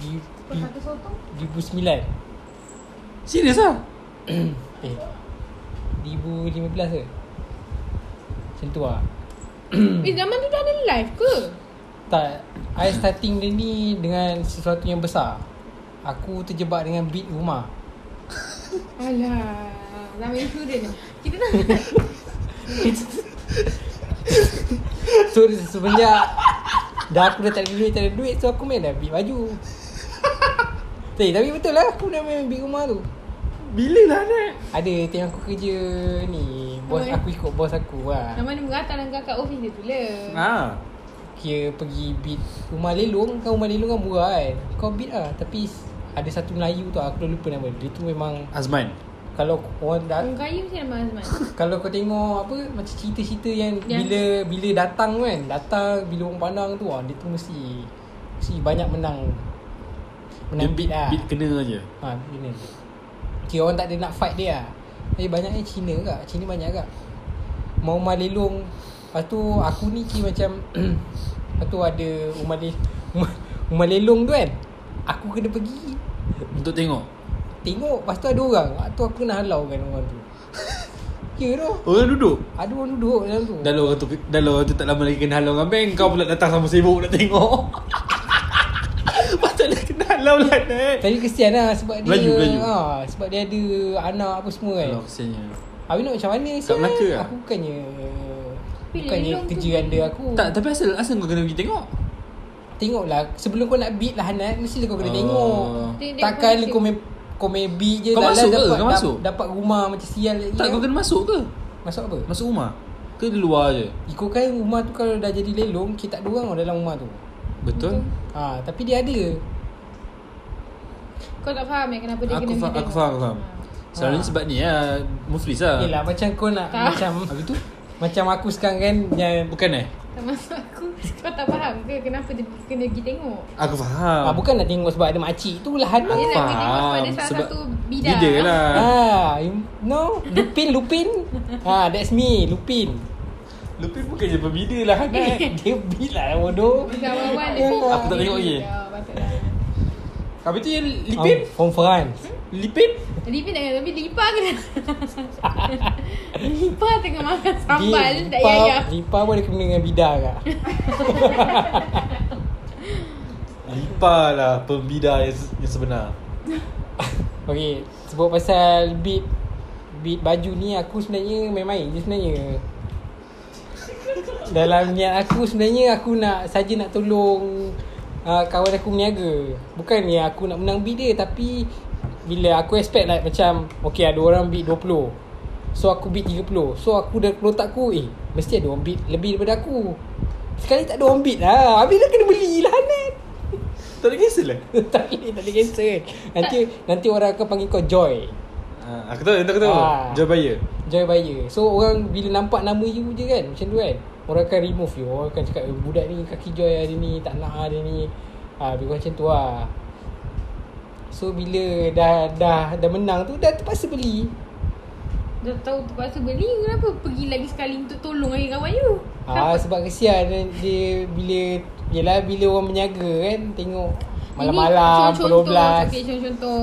[SPEAKER 3] di-
[SPEAKER 2] Kau satu sotong
[SPEAKER 3] 2009
[SPEAKER 1] Serius lah
[SPEAKER 3] Eh 2015 ke Macam tu lah
[SPEAKER 2] Eh zaman tu dah ada live ke?
[SPEAKER 3] Tak I starting dia ni Dengan sesuatu yang besar Aku terjebak dengan beat rumah
[SPEAKER 2] Alah Zaman insurans ni Kita dah
[SPEAKER 3] So semenjak Dah aku dah tak ada duit Tak ada duit So aku main lah beat baju Eh, tapi betul lah aku dah main beat rumah tu
[SPEAKER 1] Bila lah nak
[SPEAKER 3] Ada time aku kerja ni Bos
[SPEAKER 2] Oi.
[SPEAKER 3] aku ikut bos aku lah
[SPEAKER 2] Zaman dia merata dan kakak office dia lah. tula
[SPEAKER 1] Ha
[SPEAKER 3] Kira pergi beat rumah lelong Kan rumah lelong kan murah kan Kau beat lah Tapi s- ada satu Melayu tu aku dah lupa nama dia Dia tu memang
[SPEAKER 1] Azman
[SPEAKER 3] Kalau orang dah
[SPEAKER 2] Orang kaya mesti nama Azman
[SPEAKER 3] Kalau kau tengok apa Macam cerita-cerita yang
[SPEAKER 2] Yang-
[SPEAKER 3] Bila bila datang kan Datang bila orang pandang tu ah, Dia tu mesti Mesti banyak menang
[SPEAKER 1] Dia
[SPEAKER 3] Menang
[SPEAKER 1] bit,
[SPEAKER 3] beat lah
[SPEAKER 1] bit kena je
[SPEAKER 3] Ha, bina. Kira orang tak ada nak fight dia lah. Tapi banyaknya Cina kak. Cina banyak kak. Mau rumah lelong. Lepas tu aku ni kira macam... Lepas tu ada rumah, le, rumah, rumah lelong tu kan. Aku kena pergi.
[SPEAKER 1] Untuk tengok
[SPEAKER 3] Tengok. Lepas tu ada orang. Lepas tu aku kena halau kan orang tu. Kira tu.
[SPEAKER 1] Orang duduk
[SPEAKER 3] Ada orang duduk dalam tu.
[SPEAKER 1] Dah lah orang tu Dah lah orang tu tak lama lagi kena halau dengan bank Kau pula datang sama sibuk nak tengok Patut dah kena halau lah Nat
[SPEAKER 2] eh?
[SPEAKER 3] Tapi kesian lah sebab dia...
[SPEAKER 1] Melayu, Melayu.
[SPEAKER 3] Ha, sebab dia ada anak apa semua kan.
[SPEAKER 1] Alah kesiannya
[SPEAKER 3] Habis nak macam mana
[SPEAKER 1] Kat
[SPEAKER 3] sial?
[SPEAKER 1] Melaka lah.
[SPEAKER 3] Aku bukannya...
[SPEAKER 2] Tapi
[SPEAKER 3] Bukannya
[SPEAKER 2] lelong tu-
[SPEAKER 3] kerja anda aku.
[SPEAKER 1] Tak tapi asal Asal kau kena pergi tengok
[SPEAKER 3] Tengoklah Sebelum kau nak beat lah Hanat Mestilah kau kena
[SPEAKER 1] Oh.
[SPEAKER 3] oh. tengok
[SPEAKER 2] Tengok
[SPEAKER 3] Takkan
[SPEAKER 2] kondisi.
[SPEAKER 3] kau main Kau main beat je
[SPEAKER 1] Kau
[SPEAKER 3] Lala
[SPEAKER 1] masuk ke?
[SPEAKER 3] dapat,
[SPEAKER 1] Kau
[SPEAKER 3] dap-
[SPEAKER 1] masuk?
[SPEAKER 3] Dapat rumah macam sial lagi
[SPEAKER 1] Tak
[SPEAKER 2] Ya.
[SPEAKER 3] kan?
[SPEAKER 1] kau kena masuk ke
[SPEAKER 3] Masuk apa?
[SPEAKER 1] Masuk rumah Ke di luar je
[SPEAKER 3] Ikut kan rumah tu Kalau dah jadi lelong Kita tak ada orang tau dalam rumah tu
[SPEAKER 1] Betul
[SPEAKER 3] ha, Tapi dia ada
[SPEAKER 2] Kau tak faham eh kenapa dia
[SPEAKER 1] Aku
[SPEAKER 2] kena
[SPEAKER 1] faham,
[SPEAKER 2] pergi
[SPEAKER 1] aku
[SPEAKER 2] tengok.
[SPEAKER 1] faham, aku faham. Selalunya
[SPEAKER 3] Ha.
[SPEAKER 1] sebab ni lah Muflis lah
[SPEAKER 3] Yelah macam kau nak
[SPEAKER 2] Tak.
[SPEAKER 3] Macam Habis tu Macam aku sekarang kan yang,
[SPEAKER 1] Bukan eh
[SPEAKER 2] Ha. Tak masuk aku Kau tak faham ke kenapa dia kena pergi tengok
[SPEAKER 1] Aku faham
[SPEAKER 3] ha, Bukan nak tengok sebab ada makcik tu lah Hanat
[SPEAKER 2] Dia nak pergi tengok
[SPEAKER 1] Faham.
[SPEAKER 2] sebab dia salah
[SPEAKER 1] Sebab
[SPEAKER 2] satu bidah
[SPEAKER 1] Bida lah
[SPEAKER 3] Ha, you know Lupin Lupin ha, That's me Lupin
[SPEAKER 1] Lupin bukan je pembina lah Hanat
[SPEAKER 3] Dia beat lah bodoh Ah,
[SPEAKER 2] Bukan awal-awal dia
[SPEAKER 3] Aku
[SPEAKER 2] pergi.
[SPEAKER 1] tak tengok lagi.
[SPEAKER 2] Ya, patutlah.
[SPEAKER 1] Habis tu yang Lipin
[SPEAKER 3] Lipin From France
[SPEAKER 1] Lipin
[SPEAKER 2] Lipin tak kena Tapi lipa kena Lipa tengah makan sambal
[SPEAKER 3] Dia-
[SPEAKER 2] Tak ya.
[SPEAKER 3] Lipa-
[SPEAKER 2] yaya
[SPEAKER 3] Lipa pun ada kena dengan bidah kak
[SPEAKER 1] Lipa lah Pembida yang, yang sebenar
[SPEAKER 3] Okay Sebut pasal beat Beat baju ni Aku sebenarnya main-main je sebenarnya Dalam niat aku sebenarnya Aku nak saja nak tolong uh, Kawan aku meniaga Bukan ni aku nak menang beat dia Tapi Bila aku expect like macam Okay ada orang beat 20 So aku beat 30 So aku dah keluar otak aku Eh mesti ada orang beat lebih daripada aku Sekali tak ada orang beat lah Habis dah kena beli lah Nan
[SPEAKER 1] Tak ada kisah lah
[SPEAKER 3] tak boleh, tak boleh cancel kan Nanti nanti orang akan panggil kau Joy
[SPEAKER 1] Ah, aku tahu, aku tahu.
[SPEAKER 3] Ah.
[SPEAKER 1] Jabaya.
[SPEAKER 3] Joy Bayer So orang bila nampak nama you je kan Macam tu kan Orang akan remove you Orang akan cakap eh, Budak ni kaki Joy lah dia ni Tak nak lah dia ni ha, Bila macam tu lah So bila dah dah dah menang tu Dah terpaksa beli
[SPEAKER 2] Dah tahu terpaksa beli Kenapa pergi lagi sekali Untuk tolong lagi kawan you
[SPEAKER 1] Ah,
[SPEAKER 3] ha, Sebab kesian dia, dia bila Yelah bila orang menyaga kan Tengok Malam-malam Pukul 12
[SPEAKER 2] okay, Contoh-contoh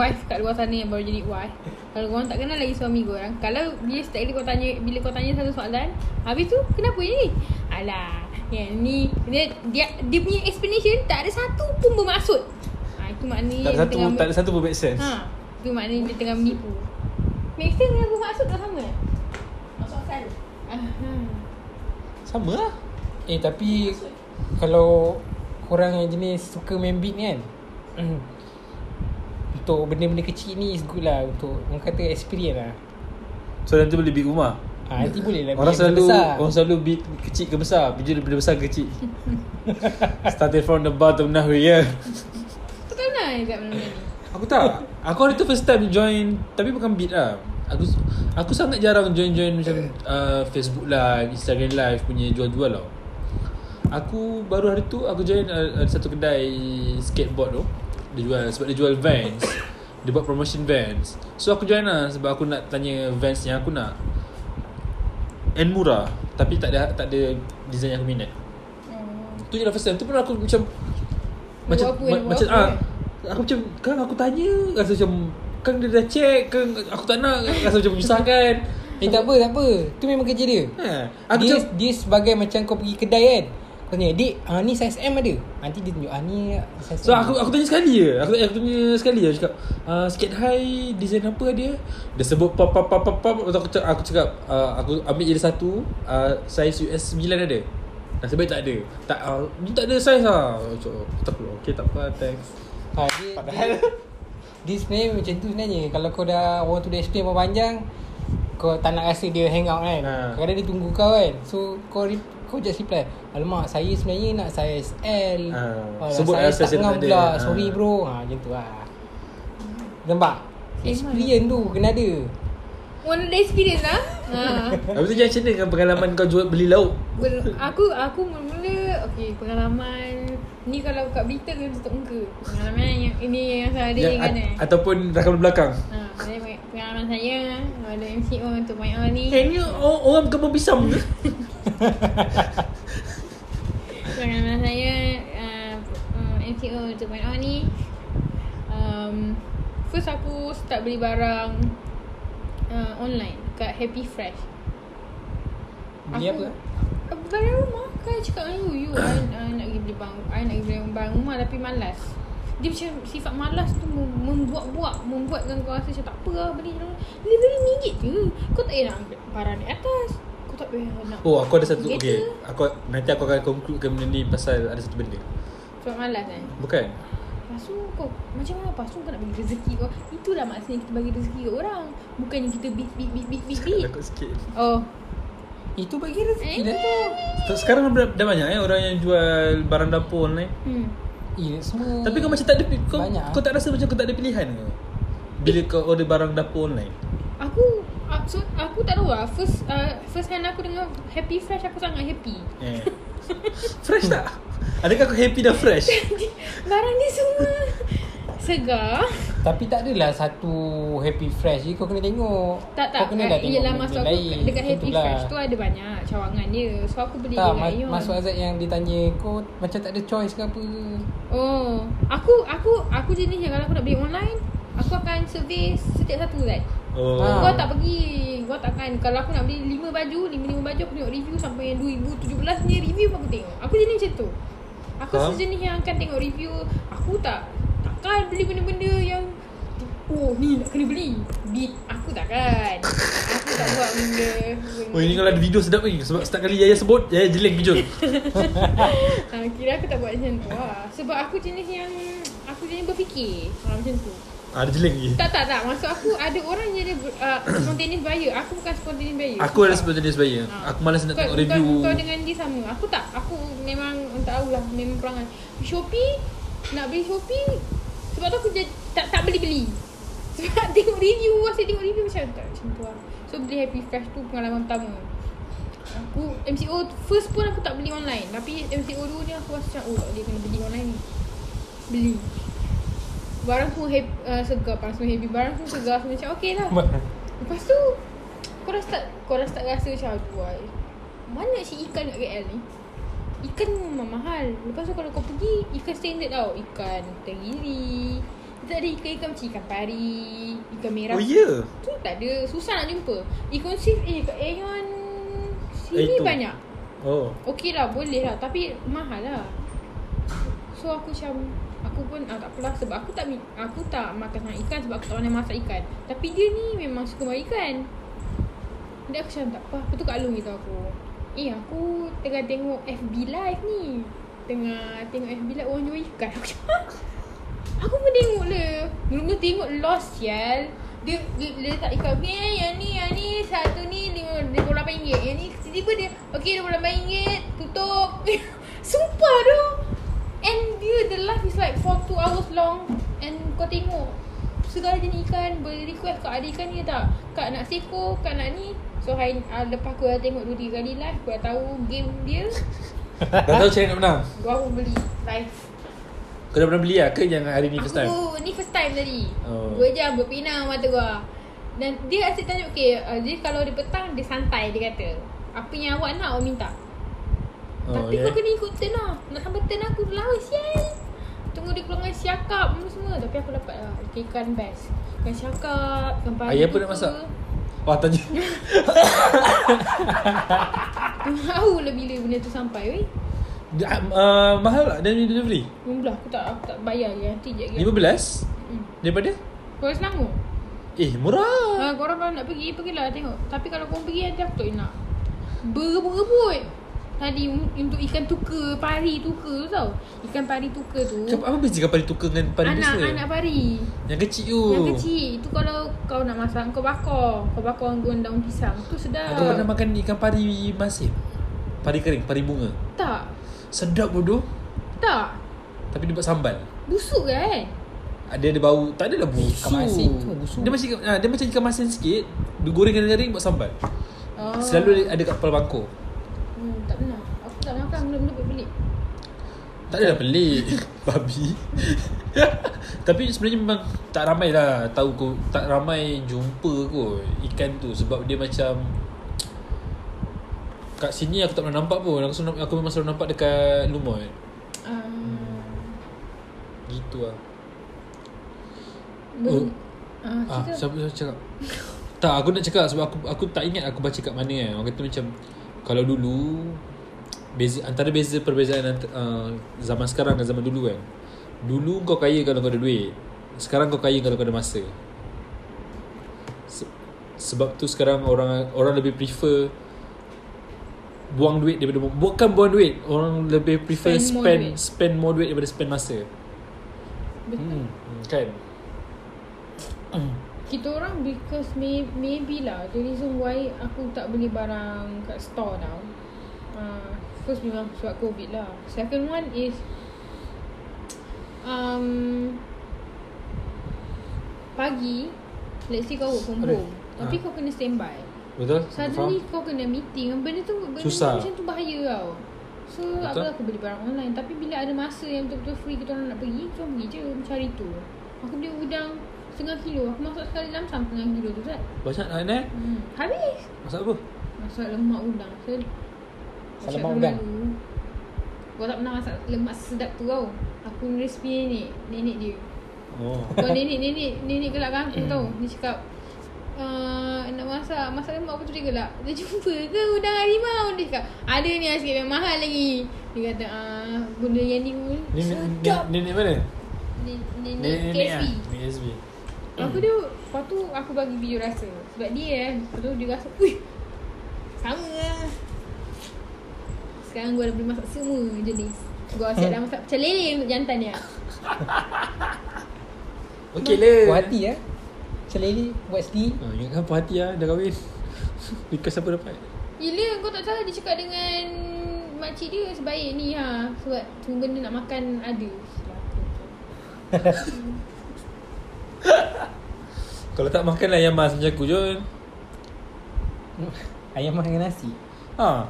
[SPEAKER 2] Wife kat luar sana Yang baru jadi wife Kalau korang tak kenal lagi suami korang Kalau bila setiap kali kau tanya Bila kau tanya satu soalan Habis tu Kenapa ni Alah Yang ni dia, dia, dia punya explanation Tak ada satu pun bermaksud ha, Itu
[SPEAKER 1] Tak
[SPEAKER 2] maknanya
[SPEAKER 1] ada
[SPEAKER 2] dia
[SPEAKER 1] satu,
[SPEAKER 2] tengah-
[SPEAKER 1] tak ada satu pun make sense.
[SPEAKER 2] Ha, tu maknanya dia tengah menipu. Make sense dengan bermaksud tak sama? Masuk akal. Aha.
[SPEAKER 1] Sama lah.
[SPEAKER 3] Eh tapi Kalau Korang yang jenis Suka main beat ni kan Untuk benda-benda kecil ni Is good lah Untuk Orang kata experience lah
[SPEAKER 1] So nanti boleh beli rumah.
[SPEAKER 3] Ah, nanti boleh lah
[SPEAKER 1] Ya. Orang
[SPEAKER 3] beli
[SPEAKER 1] selalu
[SPEAKER 3] besar.
[SPEAKER 1] Orang selalu bid kecil ke besar Biji daripada besar ke kecil Started from the bottom now ya yeah.
[SPEAKER 2] Kau tahu nak kat malam ni
[SPEAKER 1] Aku tak Aku hari tu first time join Tapi bukan beat lah Aku aku sangat jarang join-join macam uh, Facebook live Instagram live punya jual-jual tau Aku baru hari tu Aku join uh, ada satu kedai skateboard tu Dia jual Sebab dia jual Vans Dia buat promotion Vans So aku join lah Sebab aku nak tanya Vans yang aku nak And murah Tapi tak ada tak ada design yang aku minat
[SPEAKER 2] Oh.
[SPEAKER 1] Tu je lah first time Tu pun aku macam
[SPEAKER 2] Buat
[SPEAKER 1] Macam
[SPEAKER 2] apa,
[SPEAKER 1] ma-
[SPEAKER 2] buat
[SPEAKER 1] Macam
[SPEAKER 2] apa? eh?
[SPEAKER 1] ah, Aku macam Kang aku tanya Rasa macam Kang dia dah check Kang aku tak nak Rasa macam menyusahkan
[SPEAKER 3] Eh tak apa, tak apa. Tu memang kerja dia.
[SPEAKER 1] ha, Aku
[SPEAKER 3] Dia,
[SPEAKER 1] macam
[SPEAKER 3] dia sebagai macam kau pergi kedai kan. Kau tanya, "Dik, ah, ni saiz M ada?" Nanti dia tunjuk, "Ah, ni saiz
[SPEAKER 1] So
[SPEAKER 3] M."
[SPEAKER 1] aku aku tanya sekali je Aku tanya, aku tanya sekali je Aku cakap uh, Skate high Design apa dia Dia sebut pop pop pop pop pop Lepas tu aku cakap, aku, cakap uh, aku ambil je satu uh, Size US 9 ada Nasib baik tak ada Tak uh, Ni tak ada size lah Cakap tak apa Okay tak apa Thanks
[SPEAKER 3] Ha, dia, Padahal dia, dia sebenarnya macam tu sebenarnya Kalau kau dah Orang tu dah explain panjang Kau tak nak rasa dia hang out kan
[SPEAKER 1] Ha.
[SPEAKER 3] Kadang-kadang dia tunggu kau kan So kau re- kau just reply Alamak saya sebenarnya nak saiz L
[SPEAKER 1] Ha.
[SPEAKER 3] Alah,
[SPEAKER 1] Sebut
[SPEAKER 3] Saya
[SPEAKER 1] size
[SPEAKER 3] tak
[SPEAKER 1] yang
[SPEAKER 3] ngam
[SPEAKER 1] tak ada.
[SPEAKER 3] pula
[SPEAKER 1] Ha.
[SPEAKER 3] Sorry bro ha, Macam tu lah Nampak?
[SPEAKER 2] Eh,
[SPEAKER 3] Experience tu kena ada
[SPEAKER 2] One day experience lah ha.
[SPEAKER 1] Habis tu jadi macam mana dengan pengalaman kau jual beli lauk
[SPEAKER 2] Ber- aku aku mula-mula okay, pengalaman ni kalau kat berita kena tutup muka. Pengalaman yang ini yang saya ada
[SPEAKER 1] Yang
[SPEAKER 2] yang, kan.
[SPEAKER 1] at- Ataupun rakaman belakang
[SPEAKER 2] Ha, jadi pengalaman saya ada MCO untuk my all ni.
[SPEAKER 1] Eh ni orang, orang bukan mau pisang ke?
[SPEAKER 2] Pengalaman saya uh, uh, MCO untuk my all ni. Um, first aku start beli barang uh, online kat Happy Fresh.
[SPEAKER 3] Beli
[SPEAKER 2] Aku-
[SPEAKER 3] apa?
[SPEAKER 2] Barang rumah Kan I cakap dengan you You I, I nak pergi beli barang I nak pergi beli barang rumah Tapi malas Dia macam sifat malas tu mem- Membuat-buat Membuatkan kau rasa macam Tak apa lah beli Dia beli RM1 je Kau tak payah nak ambil barang di atas Kau tak payah nak
[SPEAKER 1] Oh aku ada satu
[SPEAKER 2] Kereta.
[SPEAKER 1] Okay aku, Nanti aku akan concludekan benda ni Pasal ada satu benda
[SPEAKER 2] Sebab malas kan
[SPEAKER 1] Bukan
[SPEAKER 2] Lepas tu kau Macam mana Lepas tu kau nak bagi rezeki kau Itulah maksudnya Kita bagi rezeki kat orang Bukannya kita beat beat beat beat beat, beat.
[SPEAKER 1] Takut sikit
[SPEAKER 2] Oh
[SPEAKER 3] Itu bagi
[SPEAKER 2] Eh
[SPEAKER 3] rezeki dah
[SPEAKER 2] tu
[SPEAKER 1] So, Sekarang dah, dah banyak eh Orang yang jual barang dapur online
[SPEAKER 2] Hmm
[SPEAKER 3] Eh semua
[SPEAKER 1] Tapi kau macam tak ada pi- kau,
[SPEAKER 3] Banyak, ah.
[SPEAKER 1] kau tak rasa macam kau tak ada pilihan ke? Bila kau order barang dapur online
[SPEAKER 2] Aku ah, so, Aku tak tahu lah First uh, First hand aku dengan Happy Fresh Aku sangat happy
[SPEAKER 1] eh. Fresh tak? Adakah kau happy dah fresh?
[SPEAKER 2] Barang dia semua Segar
[SPEAKER 3] Tapi tak adalah satu happy fresh je kau kena tengok.
[SPEAKER 2] Tak tak
[SPEAKER 3] Kau kena dah
[SPEAKER 2] eh,
[SPEAKER 3] tengok
[SPEAKER 2] Yelah
[SPEAKER 3] benda
[SPEAKER 2] masuk aku
[SPEAKER 3] lain.
[SPEAKER 2] Dekat
[SPEAKER 3] Macam
[SPEAKER 2] Happy
[SPEAKER 3] tu lah.
[SPEAKER 2] Fresh tu Ada banyak cawangan dia So aku beli
[SPEAKER 3] tak,
[SPEAKER 2] dengan
[SPEAKER 3] ma-
[SPEAKER 2] Ion
[SPEAKER 3] masuk Azad yang dia tanya kau macam tak ada choice ke apa.
[SPEAKER 2] Oh Aku Aku Aku jenis yang Kalau aku nak beli online Aku akan survey Setiap satu kan
[SPEAKER 1] Oh.
[SPEAKER 3] Ah.
[SPEAKER 2] Kau tak pergi Kau takkan Kalau aku nak beli 5 baju 5-5 baju Aku tengok review Sampai yang 2017 ni Review pun aku tengok Aku jenis macam tu Aku
[SPEAKER 1] Faham?
[SPEAKER 2] sejenis yang akan tengok review Aku tak Takkan beli benda-benda yang Oh ni nak kena beli Beat Aku takkan Aku tak buat benda
[SPEAKER 1] Oh ini kalau ada video sedap ni Sebab setiap kali Yaya sebut Yaya jelek bijul
[SPEAKER 2] ha, Kira aku tak buat macam tu lah Sebab aku jenis yang Aku jenis berfikir Kalau macam tu
[SPEAKER 1] Ada Ah, jelek lagi
[SPEAKER 2] Tak tak tak Maksud aku ada orang yang dia ber- uh, Spontaneous buyer Aku bukan spontaneous buyer
[SPEAKER 1] Aku ada sebab jenis buyer
[SPEAKER 2] Ha.
[SPEAKER 1] Aku malas nak
[SPEAKER 2] Kau-
[SPEAKER 1] tengok
[SPEAKER 2] kau-
[SPEAKER 1] review
[SPEAKER 2] Kau dengan dia sama Aku tak Aku memang Tak tahulah Memang perangai Shopee Nak beli Shopee Sebab tu aku jadi, tak, tak beli-beli Sebab tengok review Asyik tengok review Macam tak macam tu lah So beli Happy Fresh tu Pengalaman pertama Aku MCO First pun aku tak beli online Tapi MCO dulu ni Aku rasa macam Oh tak boleh kena beli online ni Beli Barang pun hap, uh, segar Barang semua heavy Barang pun segar Semua macam okay lah Lepas tu Kau dah start Kau dah start rasa macam Aduh ay, Mana si ikan kat KL ni Ikan memang mahal Lepas tu kalau kau pergi Ikan standard tau Ikan tenggiri Tak ada ikan-ikan macam ikan pari Ikan merah
[SPEAKER 1] Oh ya
[SPEAKER 2] Tu tak ada Susah nak jumpa Ikan sif Eh kat Aeon
[SPEAKER 1] Eh, tu.
[SPEAKER 2] Sini banyak
[SPEAKER 1] Oh
[SPEAKER 2] Okey lah boleh lah Tapi mahal lah So aku macam Aku pun ah, tak apalah Sebab aku tak mi- Aku tak makan sangat ikan Sebab aku tak pandai masak ikan Tapi dia ni memang suka makan ikan Dia aku macam tak apa Lepas tu Kak Long gitu aku Eh aku tengah tengok FB live ni Tengah tengok FB live orang jual ikan Aku macam "Hah?" Aku pun tengok le Mula-mula tengok "Eh, lost sial dia, dia, dia letak ikan ni Yang ni Yang ni Satu ni RM58 RM10 Yang ni tiba-tiba dia Okay RM28 Tutup Sumpah tu And dia the life is like For 2 hours long And kau tengok Segala jenis ikan Boleh request kau ada ikan ni ke tak Kak nak seko Kak nak ni So hari, uh, lepas aku dah tengok 2-3 kali live Aku dah tahu game dia
[SPEAKER 1] Dah tahu cara nak menang
[SPEAKER 2] Aku aku beli live
[SPEAKER 1] Kau dah pernah beli lah ke yang hari ni first time?
[SPEAKER 2] Aku ni first time tadi
[SPEAKER 1] Oh.
[SPEAKER 2] oh. Dua jam berpinang mata gua Dan dia asyik tanya Okay uh, Dia kalau dia petang Dia santai dia kata Apa yang awak nak awak minta oh, Tapi
[SPEAKER 1] ya.
[SPEAKER 2] yeah. kau kena ikut turn lah Nak sampai turn aku Lawa sial Tunggu dia keluar dengan siakap Semua semua Tapi aku dapat lah Ikan best Ikan siakap Ikan pari
[SPEAKER 1] Ayah apa nak
[SPEAKER 2] ke.
[SPEAKER 1] masak? Wah tanya
[SPEAKER 2] Aku tahu lah bila benda tu sampai weh
[SPEAKER 1] Dia, uh, Mahal tak dia punya delivery?
[SPEAKER 2] Mula aku tak aku tak bayar je Nanti je lagi
[SPEAKER 1] 15
[SPEAKER 2] Hmm.
[SPEAKER 1] Daripada?
[SPEAKER 2] Kau senang
[SPEAKER 1] Eh murah
[SPEAKER 2] Ha, korang kalau nak pergi, pergilah tengok. Tapi kalau korang pergi, nanti aku tak nak. Berebut-rebut. Tadi un- untuk ikan tuka, pari tuka tu tau. Ikan pari tuka tu.
[SPEAKER 1] Cakap apa beza kapal tukar dengan pari
[SPEAKER 2] anak,
[SPEAKER 1] biasa? Oh.
[SPEAKER 2] anak pari.
[SPEAKER 1] Yang kecil tu
[SPEAKER 2] Yang kecil. Itu kalau kau nak masak, kau bakar. Kau bakar dengan daun pisang. Tu sedap.
[SPEAKER 1] Aku pernah makan ikan pari masin Pari kering, pari bunga
[SPEAKER 2] Tak.
[SPEAKER 1] Sedap bodoh
[SPEAKER 2] Tak.
[SPEAKER 1] Tapi dia buat sambal
[SPEAKER 2] Busuk kan?
[SPEAKER 1] Ada ada bau Tak adalah busuk
[SPEAKER 3] Ikan masin tu busuk.
[SPEAKER 1] Dia macam, ha, dia macam ikan masin sikit Dia goreng kering-kering buat sambal
[SPEAKER 2] Oh.
[SPEAKER 1] Ah. Selalu ada kat kepala bangkok
[SPEAKER 2] Hmm, tak pernah. Aku tak makan benda-benda pelik.
[SPEAKER 1] Tak adalah pelik Babi Tapi sebenarnya memang Tak ramai lah Tahu ko, Tak ramai jumpa kot Ikan tu Sebab dia macam Kat sini aku tak pernah nampak pun Aku, selalu, aku memang selalu nampak dekat Lumot
[SPEAKER 2] Uh,
[SPEAKER 1] Oh. Gitu lah
[SPEAKER 2] ber-
[SPEAKER 1] Oh.
[SPEAKER 2] Ah,
[SPEAKER 1] Ah,
[SPEAKER 2] cerita.
[SPEAKER 1] siapa, siapa cakap? tak, aku nak cakap sebab aku aku tak ingat aku baca kat mana kan. Orang kata macam kalau dulu beza antara beza perbezaan antara, uh, zaman sekarang dengan zaman dulu kan. Dulu kau kaya kalau kau ada duit. Sekarang kau kaya kalau kau ada masa. Se- sebab tu sekarang orang orang lebih prefer buang duit daripada bu- bukan buang duit. Orang lebih prefer
[SPEAKER 2] Spend more
[SPEAKER 1] spend spend more
[SPEAKER 2] duit.
[SPEAKER 1] duit, spend more duit daripada spend masa. Hmm,
[SPEAKER 2] Betul.
[SPEAKER 1] kan?
[SPEAKER 2] Kita orang because may, maybe lah the reason why aku tak beli barang kat store now. Uh, first memang sebab COVID lah. Second one is um pagi let's say kau work from
[SPEAKER 1] Aduh.
[SPEAKER 2] home. Tapi
[SPEAKER 1] Ah.
[SPEAKER 2] kau kena standby.
[SPEAKER 1] Betul?
[SPEAKER 2] Suddenly kau kena meeting. Benda tu benda
[SPEAKER 1] Susah.
[SPEAKER 2] Susah. macam tu bahaya tau. So
[SPEAKER 1] Betul.
[SPEAKER 2] Betul? aku beli barang online Tapi bila ada masa yang betul-betul free Kita orang nak pergi Kita orang pergi je Macam hari tu Aku beli udang Setengah kilo Aku masak sekali lamsam Setengah kilo tu kan
[SPEAKER 1] Banyak nak eh?
[SPEAKER 2] hmm. Habis
[SPEAKER 1] Masak apa?
[SPEAKER 2] Masak lemak udang So
[SPEAKER 3] Masak
[SPEAKER 2] Masak
[SPEAKER 3] lemak
[SPEAKER 2] udang
[SPEAKER 3] udang.
[SPEAKER 2] Kau tak pernah masak lemak sedap tu tau Aku ni resipi nenek Nenek dia
[SPEAKER 1] Oh.
[SPEAKER 2] Kau nenek-nenek Nenek gelakkan aku tau Dia cakap Uh, nak masak Masak lemak apa tu dia gelak Dia jumpa ke udang harimau Dia cakap Ada ni sikit yang mahal lagi Dia kata ah, Benda yang ni pun
[SPEAKER 1] Ni ni- ni
[SPEAKER 2] Sedap
[SPEAKER 1] ni ni mana?
[SPEAKER 2] Ni-
[SPEAKER 1] Ni
[SPEAKER 2] Nenek
[SPEAKER 1] ni ah. ni.
[SPEAKER 2] KSB
[SPEAKER 1] Ni SB.
[SPEAKER 2] Aku tu Lepas tu aku bagi video rasa Sebab dia eh Lepas tu dia rasa Ui Sama lah Sekarang gua dah boleh masak semua jenis Gua asyik dah masak pecel lele untuk jantan dia
[SPEAKER 1] Okey le.
[SPEAKER 3] Buat hati eh Macam lele buat sendiri
[SPEAKER 1] Ha, ingatkan puas hati ah dah kahwin. Request apa dapat?
[SPEAKER 2] Gila kau tak salah dia cakap dengan makcik dia sebaik ni ha. Sebab semua benda nak makan ada.
[SPEAKER 1] Kalau tak makan lah ayam mas macam aku Jun.
[SPEAKER 3] Ayam makan dengan nasi
[SPEAKER 1] Ha.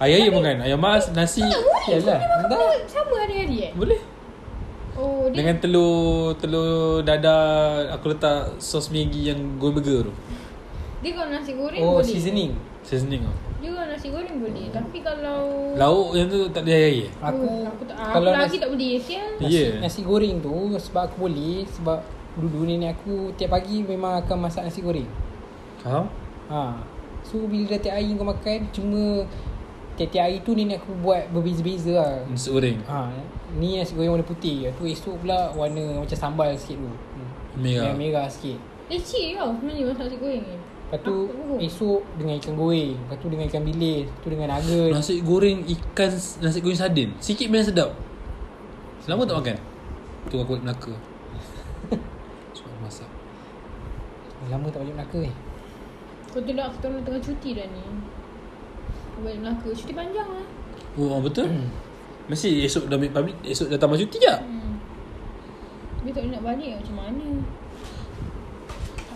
[SPEAKER 1] Ayam ayam makan. Ayam mas, nasi.
[SPEAKER 3] Yalah
[SPEAKER 2] Kau sama hari-hari eh?
[SPEAKER 1] Boleh.
[SPEAKER 2] Oh dia
[SPEAKER 1] Dengan telur telur dadar aku letak sos Maggi yang gold burger tu.
[SPEAKER 2] dia kalau nasi goreng
[SPEAKER 3] Oh
[SPEAKER 2] boleh.
[SPEAKER 3] seasoning
[SPEAKER 1] Seasoning tu.
[SPEAKER 2] Dia kalau nasi goreng boleh. Tapi kalau
[SPEAKER 1] Lauk yang tu tak ada air. eh?
[SPEAKER 3] Aku,
[SPEAKER 2] Oh, aku tak aku
[SPEAKER 3] kalau
[SPEAKER 2] lagi
[SPEAKER 3] nasi,
[SPEAKER 2] tak boleh sial.
[SPEAKER 1] Ya.
[SPEAKER 3] nasi, nasi goreng tu sebab aku boleh sebab dulu nenek aku tiap pagi memang akan masak nasi goreng.
[SPEAKER 1] Faham?
[SPEAKER 3] Ha. So bila dah tiap hari kau makan cuma tiap-tiap hari tu nenek aku buat berbeza-beza lah.
[SPEAKER 1] Nasi goreng.
[SPEAKER 3] Ha, ni nasi goreng warna putih je. Tu esok pula warna macam sambal sikit tu. Hmm.
[SPEAKER 1] Merah.
[SPEAKER 3] Yang merah sikit.
[SPEAKER 2] Leceh tau sebenarnya masak nasi goreng ni.
[SPEAKER 3] Lepas tu
[SPEAKER 2] Aku-
[SPEAKER 3] esok dengan ikan goreng, lepas tu dengan ikan bilis, lepas tu dengan nugget.
[SPEAKER 1] Nasi goreng ikan nasi goreng sardin. Sikit memang sedap. Lama tak makan. Tu aku balik Melaka. Sebab masak.
[SPEAKER 3] Lama tak balik Melaka eh. ni.
[SPEAKER 2] Kau tolak kita orang tengah cuti dah ni. balik Melaka Cuti panjang lah
[SPEAKER 1] Oh betul Mesti esok dah ambil public Esok dah tambah cuti tak
[SPEAKER 2] hmm. Tapi tak boleh nak balik macam mana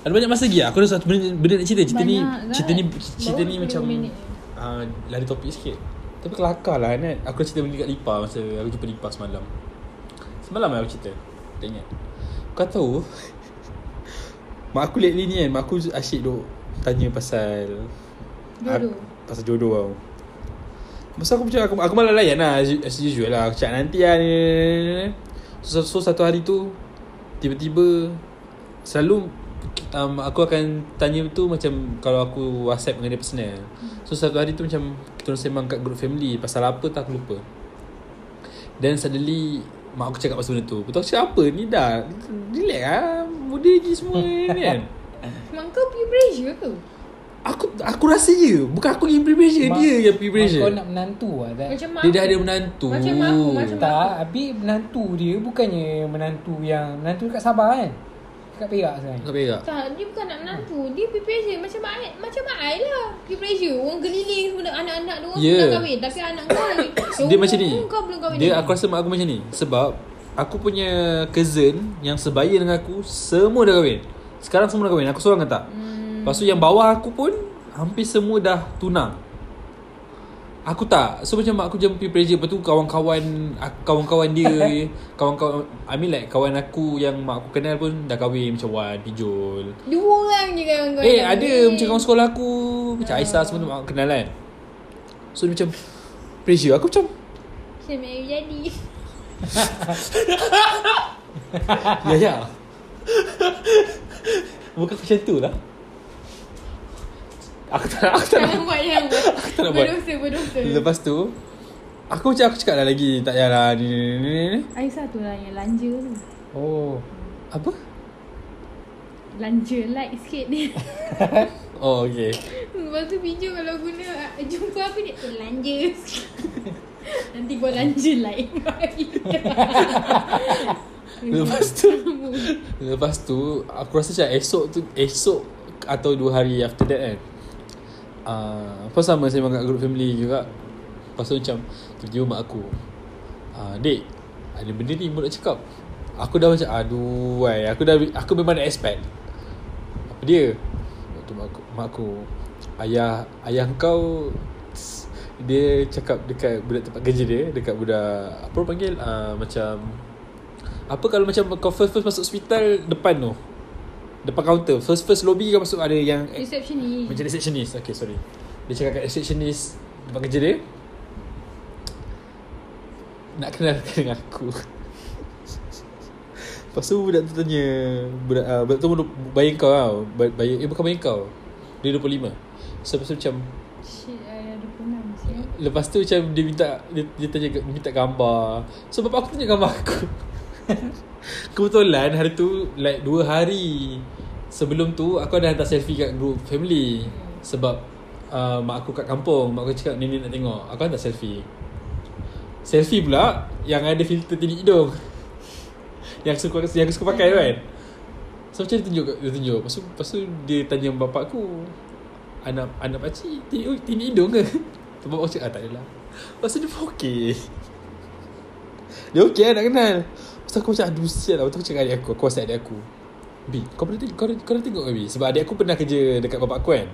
[SPEAKER 1] Ada banyak masa lagi ah? Aku ada satu benda, benda nak cerita Cerita ni
[SPEAKER 2] Banyak sangat.
[SPEAKER 1] Cerita ni Cerita
[SPEAKER 2] Baru
[SPEAKER 1] ni
[SPEAKER 2] 10
[SPEAKER 1] macam
[SPEAKER 2] minit.
[SPEAKER 1] uh, Lari topik sikit Tapi kelakar lah kan Aku cerita benda kat Lipa Masa aku jumpa Lipa semalam Semalam lah aku cerita Tak ingat Kau tahu Mak aku lately ni kan Mak aku asyik duk Tanya pasal
[SPEAKER 2] Jodoh.
[SPEAKER 1] ak- Pasal jodoh tau Masa aku macam aku, aku malah layan lah As as usual lah Aku cakap nanti lah ni, ni, ni, ni, ni. so, so satu hari tu Tiba-tiba Selalu um, Aku akan tanya tu Macam Kalau aku whatsapp dengan dia personal So satu hari tu macam Kita orang sembang kat group family Pasal apa tak aku lupa Then suddenly Mak aku cakap pasal benda tu Betul aku cakap apa ni dah Relax lah Muda lagi semua ni kan
[SPEAKER 2] Mak kau pergi Malaysia ke?
[SPEAKER 1] Aku aku rasa je Bukan aku yang pergi Malaysia
[SPEAKER 3] Mak-
[SPEAKER 1] Eh, Dia yang pergi Malaysia
[SPEAKER 3] Mak kau nak menantu lah tak?
[SPEAKER 2] Macam mak
[SPEAKER 1] Dia dah
[SPEAKER 2] aku.
[SPEAKER 1] ada menantu
[SPEAKER 2] Macam mak aku Macam mak
[SPEAKER 3] tak,
[SPEAKER 2] aku
[SPEAKER 3] habis menantu dia bukannya menantu yang menantu dekat Sabah kan? Dekat Perak sekarang.
[SPEAKER 1] Kau perak
[SPEAKER 2] tak, dia bukan nak menantu Dia pergi pressure Macam mak I Macam mak I lah Pergi pressure Orang geliling semua Anak-anak dia orang
[SPEAKER 1] Ya.
[SPEAKER 2] yeah. kahwin Tapi anak kau lagi
[SPEAKER 1] Dia macam ni
[SPEAKER 2] Kau belum kahwin
[SPEAKER 1] Dia
[SPEAKER 2] lagi.
[SPEAKER 1] aku rasa mak aku macam ni Sebab Aku punya cousin Yang sebaya dengan aku Semua dah kahwin Sekarang semua dah kahwin Aku seorang kan tak hmm. Lepas tu yang bawah aku pun Hampir semua dah tunang Aku tak So macam mak aku macam peer pressure Lepas tu kawan-kawan ak- Kawan-kawan dia Kawan-kawan I mean like Kawan aku yang mak aku kenal pun Dah kahwin macam Wan Pijol
[SPEAKER 2] Dua orang je kan kau
[SPEAKER 1] Eh
[SPEAKER 2] nak
[SPEAKER 1] ada
[SPEAKER 2] kahwin.
[SPEAKER 1] macam kawan sekolah aku Macam Aisyah semua tu mak aku kenal kan So dia macam Pressure aku macam
[SPEAKER 2] Macam Mary jadi
[SPEAKER 1] Ya ya Bukan macam tu lah Aku tak nak Aku tak nak
[SPEAKER 2] Jangan buat Jangan buat
[SPEAKER 1] tak nak buat.
[SPEAKER 2] Berdosa Berdosa
[SPEAKER 1] Lepas tu Aku macam aku cakap lah lagi Tak payahlah ni, ni, ni, ni.
[SPEAKER 2] Aisyah tu lah yang lanja tu
[SPEAKER 3] Oh.
[SPEAKER 1] Apa?
[SPEAKER 2] Lanja light sikit dia
[SPEAKER 1] Oh okay
[SPEAKER 2] Lepas tu pinjam kalau guna ah, Jumpa apa dia Eh lanja sikit. Nanti gua lanja light
[SPEAKER 1] Lepas tu Lepas tu Aku rasa macam esok tu Esok Atau dua hari after that kan uh, Apa sama saya kat group family juga Lepas tu macam Tiba-tiba mak aku uh, Dek Ada benda ni mau nak cakap Aku dah macam Aduh ay, Aku dah Aku memang nak expect Apa dia Lepas tu mak aku, mak aku Ayah Ayah kau Dia cakap dekat Budak tempat kerja dia Dekat budak Apa orang panggil uh, Macam apa kalau macam kau first first masuk hospital depan tu? Depan kaunter. First first lobby kau masuk ada yang
[SPEAKER 2] Reception ni
[SPEAKER 1] macam receptionist. Okay, sorry. Dia cakap kat receptionist tempat kerja dia. Nak kenalkan dengan aku. Lepas tu budak tu tanya Budak, uh, budak tu bayang kau tau Bay- bayang, Eh bukan bayang kau Dia 25 So lepas tu macam
[SPEAKER 2] Shit I ada penam siap
[SPEAKER 1] Lepas tu macam dia minta dia, dia tanya dia minta gambar. So bapak aku tunjuk gambar aku. Kebetulan hari tu like dua hari sebelum tu aku ada hantar selfie kat group family sebab uh, mak aku kat kampung, mak aku cakap nenek nak tengok. Aku hantar selfie. Selfie pula yang ada filter tidik hidung. yang aku suka yang aku suka pakai tu kan. So macam dia tunjuk dia tunjuk. Lepas tu, lepas tu dia tanya bapak aku anak anak pakcik tinik, oh, tinik hidung ke? Tu bapak aku cakap ah, tak adalah. Lepas tu dia pun okey. Dia okey lah nak kenal. Lepas tu aku macam aduh sial lah. Lepas tu aku cakap adik aku. Aku whatsapp adik aku. Bi, kau pernah tengok, kau, kau dah tengok ke Bi? Sebab adik aku pernah kerja dekat bapak aku kan.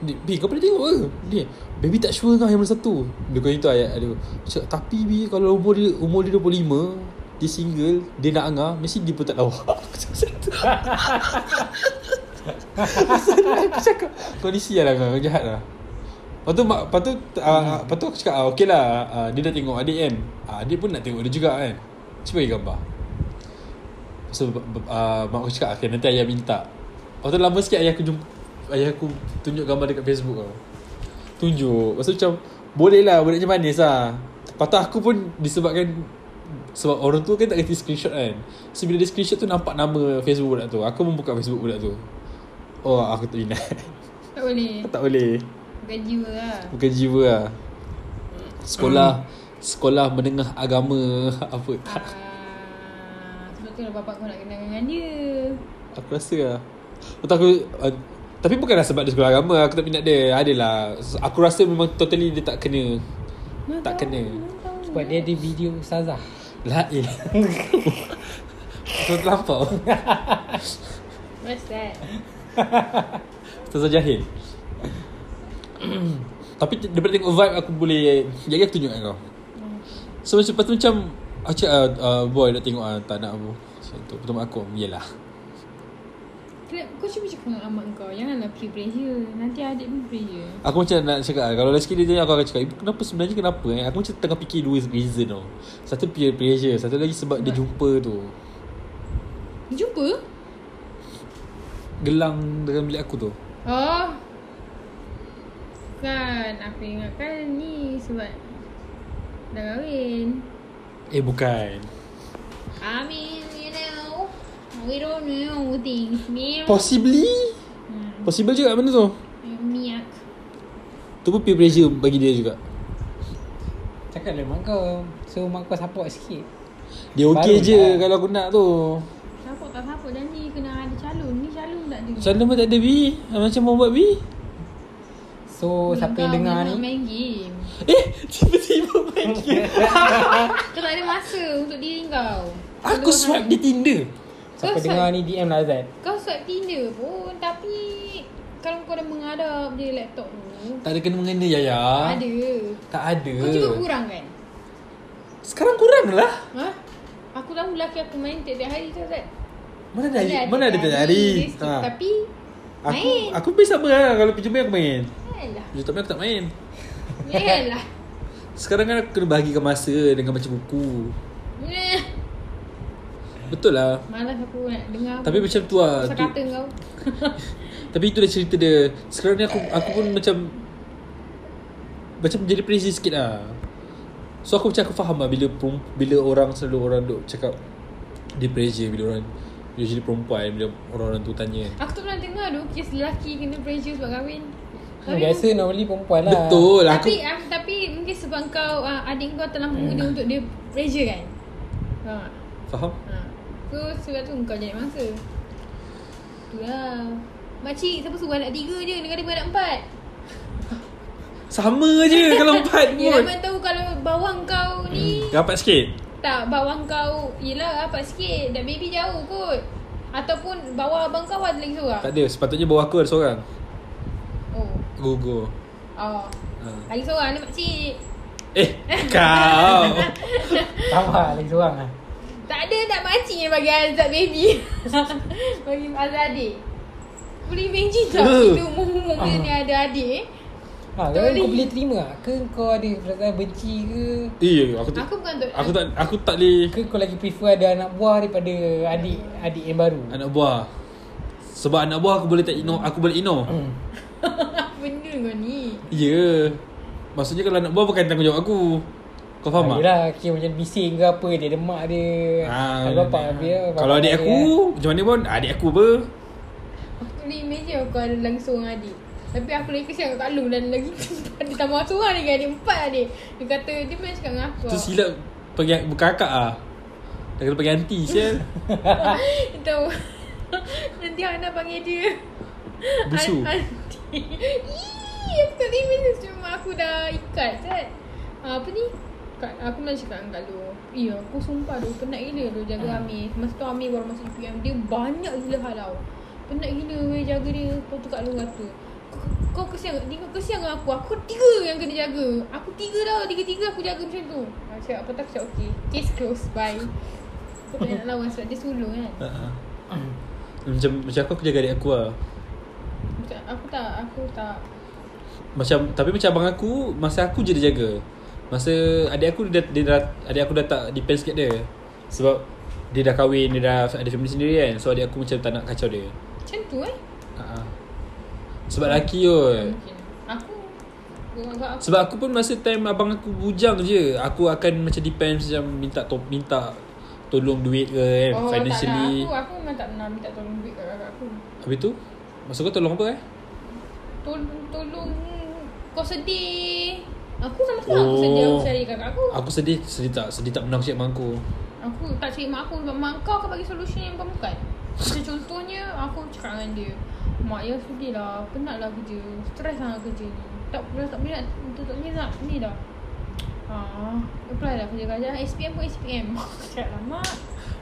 [SPEAKER 1] Dia, Bi, kau pernah tengok ke? Dia, baby tak sure kau yang mana satu. Dia kata itu ayat adik aku. Aku Cakap, tapi Bi, kalau umur dia, umur dia 25, dia single, dia nak angah, mesti dia pun tak tahu. Aku cakap macam tu. Aku cakap Kau ni sial lah kau Kau jahat lah Lepas tu, mak, lepas, tu uh, lepas tu aku cakap ah, Okay lah uh, Dia dah tengok adik kan uh, Adik pun nak tengok dia juga kan Cuba bagi gambar So b- b- uh, Mak aku cakap Okay nanti ayah minta Lepas tu lama sikit Ayah aku jumpa Ayah aku tunjuk gambar dekat Facebook tau Tunjuk Lepas tu macam Boleh lah Budaknya manis lah Lepas tu aku pun Disebabkan Sebab orang tu kan tak kerti screenshot kan So bila dia screenshot tu Nampak nama Facebook budak tu Aku membuka Facebook budak tu Oh aku tak minat
[SPEAKER 2] Tak boleh
[SPEAKER 1] Tak boleh
[SPEAKER 2] Bukan jiwa lah
[SPEAKER 1] Bukan jiwa lah Sekolah Sekolah menengah agama Apa tak
[SPEAKER 2] Ah, Sebab tu lah bapak kau nak kenal dengan dia
[SPEAKER 1] Aku rasa lah Lepas tu aku uh, Tapi bukanlah sebab dia sekolah agama Aku tak minat dia Adalah Aku rasa memang totally dia tak kena Tak kena Lah, eh.
[SPEAKER 3] Sebab dia ada video ustazah
[SPEAKER 1] Lain Kau terlampau
[SPEAKER 2] What's that?
[SPEAKER 1] Ustazah jahil Tapi te- daripada tengok vibe Aku boleh Jadi aku tunjuk kat kau So macam Lepas tu macam Aku cakap ah, ah, Boy nak tengok ah, Tak nak apa Macam tu Pertama aku Yelah
[SPEAKER 2] Kenapa kau cuba cakap dengan amak kau Janganlah peer pressure Nanti adik pun pressure
[SPEAKER 1] Aku macam nak cakap ah, Kalau lelaki dia tanya Aku akan cakap Ibu kenapa sebenarnya kenapa eh? Aku macam tengah fikir Dua reason tau Satu peer pressure Satu lagi sebab dia jumpa tu
[SPEAKER 2] Dia jumpa?
[SPEAKER 1] Gelang dalam bilik aku tu
[SPEAKER 2] Oh Kan Aku ingatkan ni sebab Dah kahwin
[SPEAKER 1] Eh bukan
[SPEAKER 2] I mean you know We don't know things Meow
[SPEAKER 1] Possibly
[SPEAKER 2] hmm.
[SPEAKER 1] Possible juga benda tu
[SPEAKER 2] Miak
[SPEAKER 1] Tu pun peer pressure bagi dia juga
[SPEAKER 3] Cakap lah mak kau So mak kau support sikit
[SPEAKER 1] Dia okey
[SPEAKER 3] Baru
[SPEAKER 1] je
[SPEAKER 3] lah.
[SPEAKER 1] kalau aku nak tu
[SPEAKER 2] Siapa tak siapa dah ni Kena ada calon Ni calon tak ada
[SPEAKER 1] Sana pun tak ada B Macam mau buat B
[SPEAKER 3] So siapa yang
[SPEAKER 2] Kau
[SPEAKER 3] dengar
[SPEAKER 2] memang
[SPEAKER 3] ni
[SPEAKER 2] main game
[SPEAKER 1] Eh Tiba-tiba main game
[SPEAKER 2] Kau tak ada masa untuk diri kau
[SPEAKER 1] Aku swipe di Tinder
[SPEAKER 3] Siapa
[SPEAKER 2] Kau
[SPEAKER 3] dengar ni DM lah Azad
[SPEAKER 2] Kau swipe Tinder pun Tapi Kalau kau dah mengadap Dia laptop tu
[SPEAKER 1] Tak ada kena mengena Yaya
[SPEAKER 3] Ah.
[SPEAKER 2] Ada
[SPEAKER 1] Tak ada
[SPEAKER 2] Kau cuba kurang kan
[SPEAKER 1] Sekarang kurang lah
[SPEAKER 2] Ha? Aku tahu lelaki aku main tiap-tiap hari tu Zat
[SPEAKER 1] Mana ada Mana ada tiap hari
[SPEAKER 2] dia-
[SPEAKER 1] ha.
[SPEAKER 2] Tapi
[SPEAKER 1] Aku
[SPEAKER 2] main.
[SPEAKER 1] aku pun sama lah Kalau pinjam main aku main
[SPEAKER 2] Alah
[SPEAKER 1] Pinjam tak main aku tak main
[SPEAKER 2] Alah
[SPEAKER 1] Sekarang kan aku kena bahagikan masa Dengan baca buku
[SPEAKER 2] Eh,
[SPEAKER 1] Betul lah
[SPEAKER 2] Malas aku nak dengar
[SPEAKER 1] Tapi macam tu lah
[SPEAKER 2] Pasal
[SPEAKER 1] tu,
[SPEAKER 2] kata kau
[SPEAKER 1] Tapi itulah cerita dia Sekarang ni aku aku pun macam Macam jadi crazy sikit lah So aku macam aku faham lah Bila, perem- bila orang selalu orang duk cakap Dia pressure bila orang Bila jadi perempuan Bila orang-orang tu tanya
[SPEAKER 2] Aku tak pernah dengar tu Kes lelaki kena pressure sebab kahwin
[SPEAKER 3] Yang Biasa normally perempuan lah
[SPEAKER 1] Betul aku
[SPEAKER 2] Tapi aku... tapi mungkin sebab kau uh, adik kau terlampau muda untuk dia pressure kan. Ha.
[SPEAKER 1] Faham?
[SPEAKER 2] Ha. So sebab tu kau jadi mangsa. Itulah. Makcik siapa suruh anak tiga je dengan dia pun anak empat.
[SPEAKER 1] Sama je kalau empat
[SPEAKER 2] Yelah
[SPEAKER 1] pun
[SPEAKER 2] mana tahu kalau bawang kau ni
[SPEAKER 1] Rapat sikit
[SPEAKER 2] tak bawang kau yelah rapat sikit dan baby jauh kot. Ataupun bawah abang kau ada lagi seorang.
[SPEAKER 1] Tak ada Sepatutnya bawah aku ada seorang
[SPEAKER 2] Oh.
[SPEAKER 1] Gugur
[SPEAKER 2] Oh.
[SPEAKER 1] ha.
[SPEAKER 2] Lagi seorang ada makcik.
[SPEAKER 1] Eh kau
[SPEAKER 3] Sama lagi seorang lah
[SPEAKER 2] Tak ada tak makcik yang bagi Azad baby Bagi Azad adik Boleh imagine tak
[SPEAKER 1] Eh.
[SPEAKER 2] Kita umur-umur kita ni ada adik eh?
[SPEAKER 3] Ha,
[SPEAKER 2] Tak
[SPEAKER 3] kau,
[SPEAKER 2] boleh.
[SPEAKER 3] kau boleh terima tak? Ke kau ada perasaan benci ke?
[SPEAKER 1] Eh aku tak
[SPEAKER 2] Aku bukan untuk
[SPEAKER 1] Aku tak aku tak boleh
[SPEAKER 3] Ke kau lagi prefer ada anak buah daripada adik adik yang baru?
[SPEAKER 1] Anak buah Sebab anak buah aku boleh tak ignore Aku boleh ignore
[SPEAKER 3] Hmm.
[SPEAKER 2] Apa benda kau ni
[SPEAKER 1] Ya yeah. Maksudnya kalau anak buah bukan tanggungjawab aku Kau faham tak?
[SPEAKER 3] Yelah, lah, kira macam bising ke apa, dia ada mak dia.
[SPEAKER 1] Ah,
[SPEAKER 3] ada bapak dia. bapak
[SPEAKER 1] Kalau adik
[SPEAKER 3] dia.
[SPEAKER 1] aku Macam mana pun Adik aku apa
[SPEAKER 2] Aku boleh imagine aku ada lagi seorang adik Tapi aku lagi kesian kat Kak Long Dan lagi ada tambah seorang lagi adik Empat adik Dia kata dia pernah cakap dengan aku "Ah,
[SPEAKER 1] Tu silap Panggil bukan kakak ah. Dah kena panggil aunty sial
[SPEAKER 2] Dia tahu Nanti Hana panggil dia
[SPEAKER 1] Busu.
[SPEAKER 2] An- Aunty Ii, Aku tak imagine Cuma aku dah ikat kan Ah, Apa ni Kak, aku nak cakap dengan Kak Lu Ya aku sumpah tu Penat gila tu jaga Amir Masa tu Amir baru masuk UPM Dia banyak gila halau Penat gila weh jaga dia Lepas tu Kak Lu kata "Kau- kau kesian kat- kau kesian dengan aku Aku tiga yang kena jaga Aku tiga tau Tiga-tiga aku jaga macam tu Aku cakap apa tak Aku cakap okay Case close Bye Aku tak nak lawan Sebab dia sulung kan
[SPEAKER 1] Ah, ah. Macam macam aku aku jaga adik aku lah
[SPEAKER 2] Macam aku tak, aku tak.
[SPEAKER 1] Macam Tapi macam abang aku Masa aku je dia jaga Masa adik aku dia, dia dah, Adik aku dah tak Depend sikit dia Sebab Dia dah kahwin Dia dah ada family sendiri kan So adik aku macam tak nak kacau dia
[SPEAKER 2] Macam tu eh.
[SPEAKER 1] Ah, ah. Sebab lelaki kot
[SPEAKER 2] Mungkin. Aku Gua aku
[SPEAKER 1] Sebab aku pun masa time abang aku bujang je Aku akan macam depend macam minta to, minta tolong duit ke kan oh, financially
[SPEAKER 2] tak nak. Aku, ah. aku memang tak pernah minta tolong duit kat kakak aku.
[SPEAKER 1] Habis tu Maksud kau tolong apa eh?
[SPEAKER 2] Tolong, tolong. Kau sedih. Aku sama sekarang aku sedih. Aku
[SPEAKER 1] Oh.
[SPEAKER 2] cari kakak aku.
[SPEAKER 1] Aku sedih Sedih tak? Sedih tak pernah aku cakap dengan aku
[SPEAKER 2] Aku tak cari mak aku sebab mak kau akan bagi solution yang bukan-bukan. Macam contohnya aku cakap dengan dia. Mak ayah sedih lah Penat lah kerja Stress sangat kerja ni Tak pernah tak minat Untuk tak minat ni dah Ah, apply lah kerja kerajaan SPM pun SPM Cakap lah mak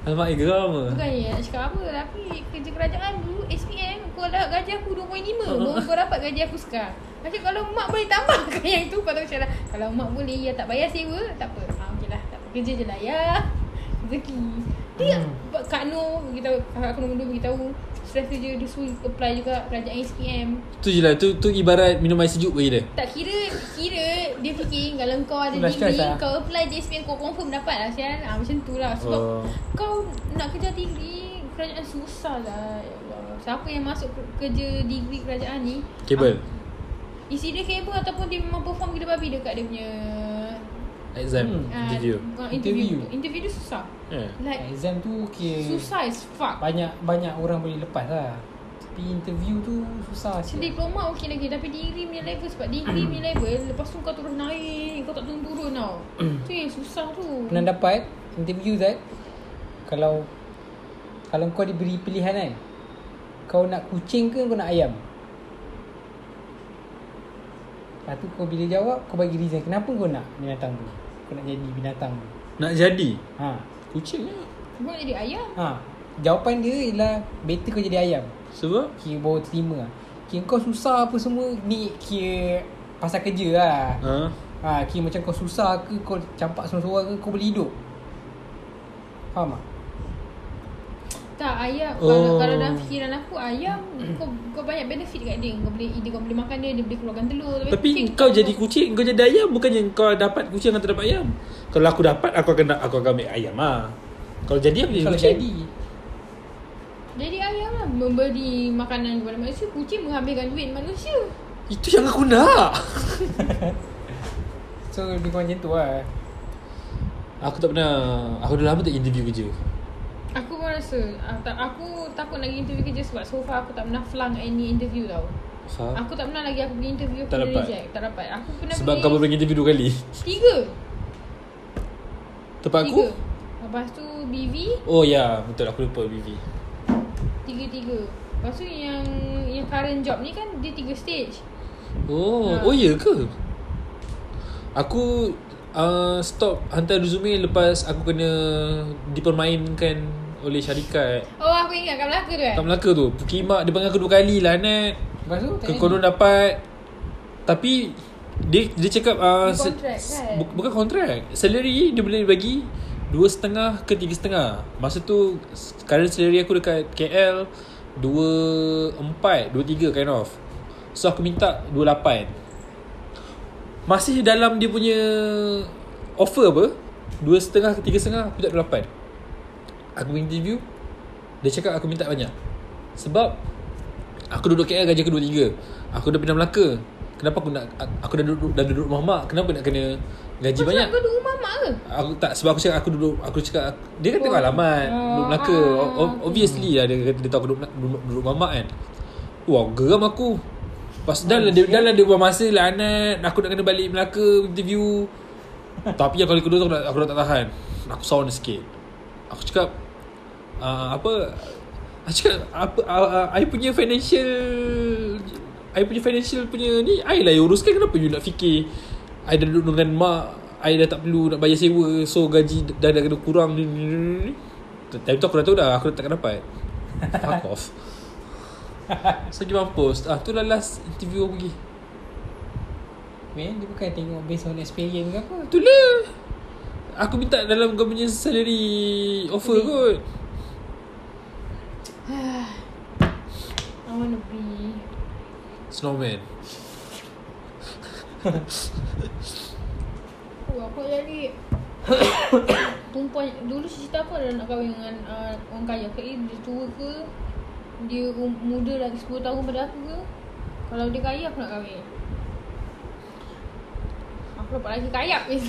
[SPEAKER 1] Alamak eh geram ke?
[SPEAKER 2] Bukan ya nak cakap apa Tapi kerja kerajaan dulu SPM Kau dapat gaji aku 2.5 Baru kau dapat gaji aku sekarang Macam kalau mak boleh tambahkan yang tu Patut macam lah Kalau mak boleh ya tak bayar sewa Tak apa ha, Okey lah tak apa. Kerja je lah ya Rezeki Dia hmm. Kak Noh beritahu, Kakak aku nombor dua beritahu Stress kerja dia suruh apply juga Kerajaan SPM
[SPEAKER 1] Tu je lah tu, tu ibarat minum air sejuk bagi dia
[SPEAKER 2] tak kira Kira Dia fikir Kalau kau ada
[SPEAKER 3] Last
[SPEAKER 2] degree
[SPEAKER 3] choice lah.
[SPEAKER 2] Kau apply je SPM Kau confirm dapat lah Sian ha, Macam tu lah Sebab
[SPEAKER 1] Oh.
[SPEAKER 2] Kau nak kerja degree Kerajaan susah lah Ya Allah Siapa yang masuk ke- kerja degree kerajaan ni
[SPEAKER 1] Kabel
[SPEAKER 2] ah, Isi dia kabel Ataupun dia memang perform gila babi Dekat dia punya
[SPEAKER 1] Exam
[SPEAKER 3] Hmm.
[SPEAKER 2] ah,
[SPEAKER 1] Interview
[SPEAKER 2] ah, interview
[SPEAKER 3] Interview.
[SPEAKER 2] Interview dia susah
[SPEAKER 1] yeah.
[SPEAKER 2] Like
[SPEAKER 3] eh, Exam tu okay
[SPEAKER 2] Susah as fuck
[SPEAKER 3] Banyak banyak orang boleh lepas lah Tapi interview tu susah
[SPEAKER 2] Macam
[SPEAKER 3] sikit
[SPEAKER 2] diploma okey lagi Tapi degree punya level Sebab degree punya level Lepas tu kau terus naik Kau tak turun-turun tau Tu yang susah tu
[SPEAKER 3] Pernah dapat interview Zat Kalau Kalau kau diberi pilihan kan Kau nak kucing ke kau nak ayam Lepas tu kau bila jawab Kau bagi reason Kenapa kau nak binatang tu Kau nak jadi binatang tu
[SPEAKER 1] Nak jadi
[SPEAKER 3] Ha
[SPEAKER 1] Kucing lah
[SPEAKER 2] Cuma jadi ayam
[SPEAKER 3] Ha Jawapan dia ialah Better kau jadi ayam
[SPEAKER 1] Sebab
[SPEAKER 3] Kira baru terima lah Kira kau susah apa semua Ni kira Pasal kerja lah
[SPEAKER 1] ha?
[SPEAKER 3] Ha, kira macam kau susah ke Kau campak seorang-seorang ke Kau boleh hidup Faham tak?
[SPEAKER 2] Tak ayam oh. kalau,
[SPEAKER 1] Oh.
[SPEAKER 2] kalau dalam fikiran aku ayam kau kau banyak benefit kat dia. Kau boleh dia kau boleh makan dia, dia boleh keluarkan telur.
[SPEAKER 1] Tapi kau jadi kucing Kau jadi ayam Bukannya kau dapat kucing Atau dapat ayam Kalau aku dapat Aku akan aku akan ambil ayam lah Kalau jadi aku jadi
[SPEAKER 3] Kalau
[SPEAKER 1] kucing
[SPEAKER 3] jadi
[SPEAKER 2] Jadi ayam lah memberi makanan kepada manusia, kucing mengambilkan duit manusia.
[SPEAKER 1] Itu yang aku nak
[SPEAKER 3] So lebih kurang macam tu lah
[SPEAKER 1] Aku tak pernah Aku dah lama tak interview kerja
[SPEAKER 2] Aku pun rasa ah, tak, aku takut nak pergi interview kerja sebab so far aku tak pernah flunk any interview tau.
[SPEAKER 1] ha?
[SPEAKER 2] Aku tak pernah lagi aku pergi interview aku
[SPEAKER 1] Tak
[SPEAKER 2] kena
[SPEAKER 1] dapat.
[SPEAKER 2] reject. Tak dapat. Aku pernah
[SPEAKER 1] Sebab
[SPEAKER 2] pergi
[SPEAKER 1] kau baru pergi interview dua kali
[SPEAKER 2] tiga.
[SPEAKER 1] Tempat aku
[SPEAKER 2] Tiga. Lepas tu BV
[SPEAKER 1] Oh ya Betul aku lupa BV
[SPEAKER 2] tiga-tiga. Lepas tu yang yang current job ni kan dia tiga stage.
[SPEAKER 1] Oh
[SPEAKER 2] Ha.
[SPEAKER 1] Oh ya ke Aku uh, Stop Hantar resume Lepas aku kena Dipermainkan Oleh syarikat
[SPEAKER 2] Oh aku ingat kat Melaka tu kan?
[SPEAKER 1] Kat Melaka tu Pukimak dia panggil aku dua kali lah Nat
[SPEAKER 3] Lepas tu
[SPEAKER 1] Ke
[SPEAKER 3] tak
[SPEAKER 2] kan?
[SPEAKER 3] jadi.
[SPEAKER 1] konon dapat Tapi Dia dia cakap uh,
[SPEAKER 2] Dia kontrak, kan?
[SPEAKER 1] bu- Bukan kontrak Salary dia boleh bagi Dua setengah ke tiga setengah Masa tu Sekarang salary aku dekat KL Dua Empat Dua tiga kind of So aku minta Dua lapan Masih dalam dia punya Offer apa Dua setengah ke tiga setengah Aku minta dua lapan Aku interview Dia cakap aku minta banyak Sebab Aku duduk KL gaji aku 23 Aku dah pindah Melaka Kenapa aku nak Aku dah duduk, dah duduk rumah mak Kenapa nak kena Gaji
[SPEAKER 2] Kau
[SPEAKER 1] banyak
[SPEAKER 2] cakap kau duduk rumah mak ke?
[SPEAKER 1] Aku tak Sebab aku cakap aku duduk Aku cakap aku- Dia kan tengok
[SPEAKER 2] Oh.
[SPEAKER 1] alamat
[SPEAKER 2] Oh,
[SPEAKER 1] Duduk Melaka
[SPEAKER 2] ah,
[SPEAKER 1] O- o- Obviously lah Dia kata dia tahu aku duduk, duduk, duduk mamak kan Wah geram aku Pas dah lah dia, dah lah dia buang masa lah anak Aku nak kena balik Melaka interview Tapi yang kali kedua tu aku dah, aku dah tak tahan Aku sound sikit Aku cakap uh, Apa Aku cakap apa, uh, uh, I punya financial I punya financial punya ni I lah yang uruskan Kenapa you nak fikir I dah duduk dengan mak I dah tak perlu nak bayar sewa So gaji dah, dah kena kurang ni, ni, ni, ni. Time tu aku dah tahu dah Aku dah takkan dapat Fuck off So pergi mampus Ah tu lah last interview aku pergi
[SPEAKER 3] Man, dia bukan tengok based on experience ke apa
[SPEAKER 1] Tu lah Aku minta dalam kau punya salary Offer kot
[SPEAKER 2] I want to be
[SPEAKER 1] Snowman
[SPEAKER 2] Oh aku nak jadi Perempuan Dulu cita aku adalah nak kahwin dengan uh, orang kaya Kali dia tua ke Dia um, muda lagi 10 tahun pada aku ke Kalau dia kaya aku nak kahwin Aku dapat lagi kaya pun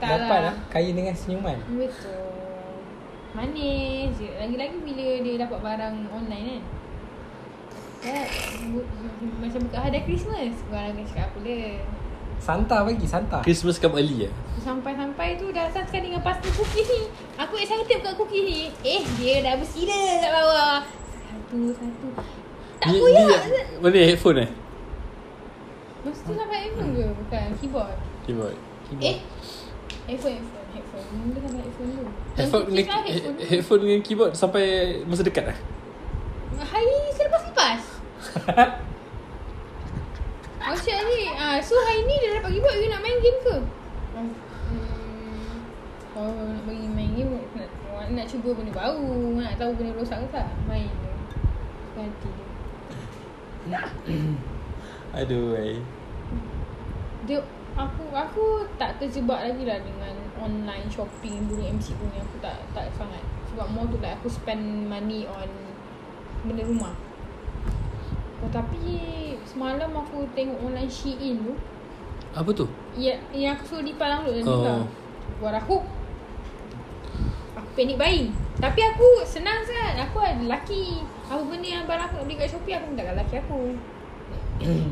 [SPEAKER 2] Tak
[SPEAKER 3] Dapat lah Kaya dengan senyuman
[SPEAKER 2] Betul Manis je Lagi-lagi bila dia dapat barang online kan Ya, bu- bu- macam buka hadiah Christmas Barang akan cakap apa dia
[SPEAKER 3] Santa bagi Santa
[SPEAKER 1] Christmas come early ya
[SPEAKER 2] Sampai-sampai tu dah asaskan dengan pasta cookies ni Aku excited buka cookies ni Eh dia dah bersila kat bawah Satu Satu Tak
[SPEAKER 1] Ni-
[SPEAKER 2] koyak
[SPEAKER 1] ni- Mana headphone eh
[SPEAKER 2] Lepas tu sampai iPhone ke? Bukan Keyboard
[SPEAKER 1] Keyboard Keyboard.
[SPEAKER 2] Eh iPhone iPhone Headphone Benda sampai iPhone tu
[SPEAKER 1] Headphone,
[SPEAKER 2] Yang
[SPEAKER 1] dengan,
[SPEAKER 2] kecil lah,
[SPEAKER 1] headphone,
[SPEAKER 2] tu.
[SPEAKER 1] headphone dengan keyboard sampai masa dekat lah
[SPEAKER 2] Hari selepas-lepas Maksud ni ah, So hari ni dia dapat keyboard You nak main game ke? Hmm, Kalau nak bagi main game nak, nak cuba benda baru Nak tahu benda rosak ke tak Main je Suka hati dia
[SPEAKER 1] Aduh eh.
[SPEAKER 2] Dia Aku aku tak terjebak lagi lah dengan online shopping dulu MCU ni aku tak tak sangat sebab more tu like aku spend money on benda rumah. Tetapi semalam aku tengok online Shein tu
[SPEAKER 1] Apa tu?
[SPEAKER 2] Ya, yang aku suruh Dipa download tadi
[SPEAKER 1] Oh.
[SPEAKER 2] oh. tau. Buat aku. Aku panic buying. Tapi aku senang sangat. Aku ada lelaki. Apa benda yang barang aku nak beli kat Shopee, aku minta kat lelaki aku.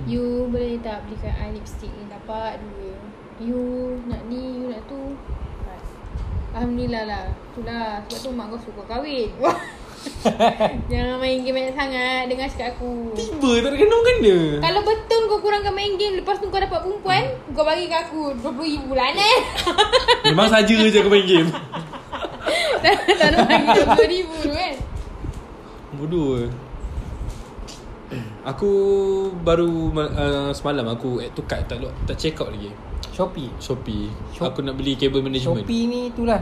[SPEAKER 2] you boleh tak beli kat eye lipstick ni? Dapat dua. You nak ni, you nak tu. Dapat. Alhamdulillah lah. Itulah. Sebab tu mak kau suka kahwin. Jangan main game banyak sangat. Dengar cakap aku.
[SPEAKER 1] Tiba tak ada kan kena-kena
[SPEAKER 2] Kalau betul kau kurangkan main game Lepas tu kau dapat perempuan Kau bagi kat aku RM20,000 bulan eh
[SPEAKER 1] Memang saja je aku main game
[SPEAKER 2] Tak tak nak bagi RM20,000 tu kan
[SPEAKER 1] Bodoh eh. Aku baru ma- uh, semalam aku add to cart tak lo- tak check out lagi.
[SPEAKER 3] Shopee
[SPEAKER 1] Shopee.
[SPEAKER 3] Shop-
[SPEAKER 1] aku nak beli cable management.
[SPEAKER 3] Shopee ni itulah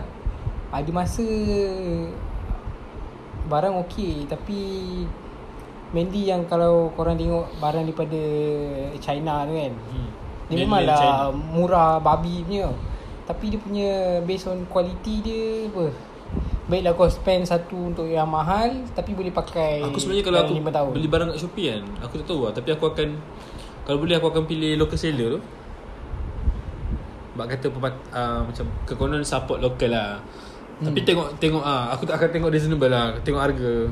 [SPEAKER 3] Ada masa Barang okey Tapi Mainly yang kalau korang tengok Barang daripada China tu kan
[SPEAKER 1] Hmm.
[SPEAKER 3] Dia
[SPEAKER 1] Mainland
[SPEAKER 3] memanglah
[SPEAKER 1] China.
[SPEAKER 3] murah babi punya Tapi dia punya based on quality dia apa Baiklah kau spend satu untuk yang mahal Tapi boleh pakai
[SPEAKER 1] Aku sebenarnya kalau
[SPEAKER 3] dalam
[SPEAKER 1] aku
[SPEAKER 3] lima tahun.
[SPEAKER 1] beli barang kat Shopee kan, aku tak tahu lah tapi aku akan kalau boleh aku akan pilih local seller tu. Bak kata pemat, uh, macam kekonon support lokal lah. Hmm. Tapi tengok tengok ah aku tak akan tengok reasonable lah, tengok harga.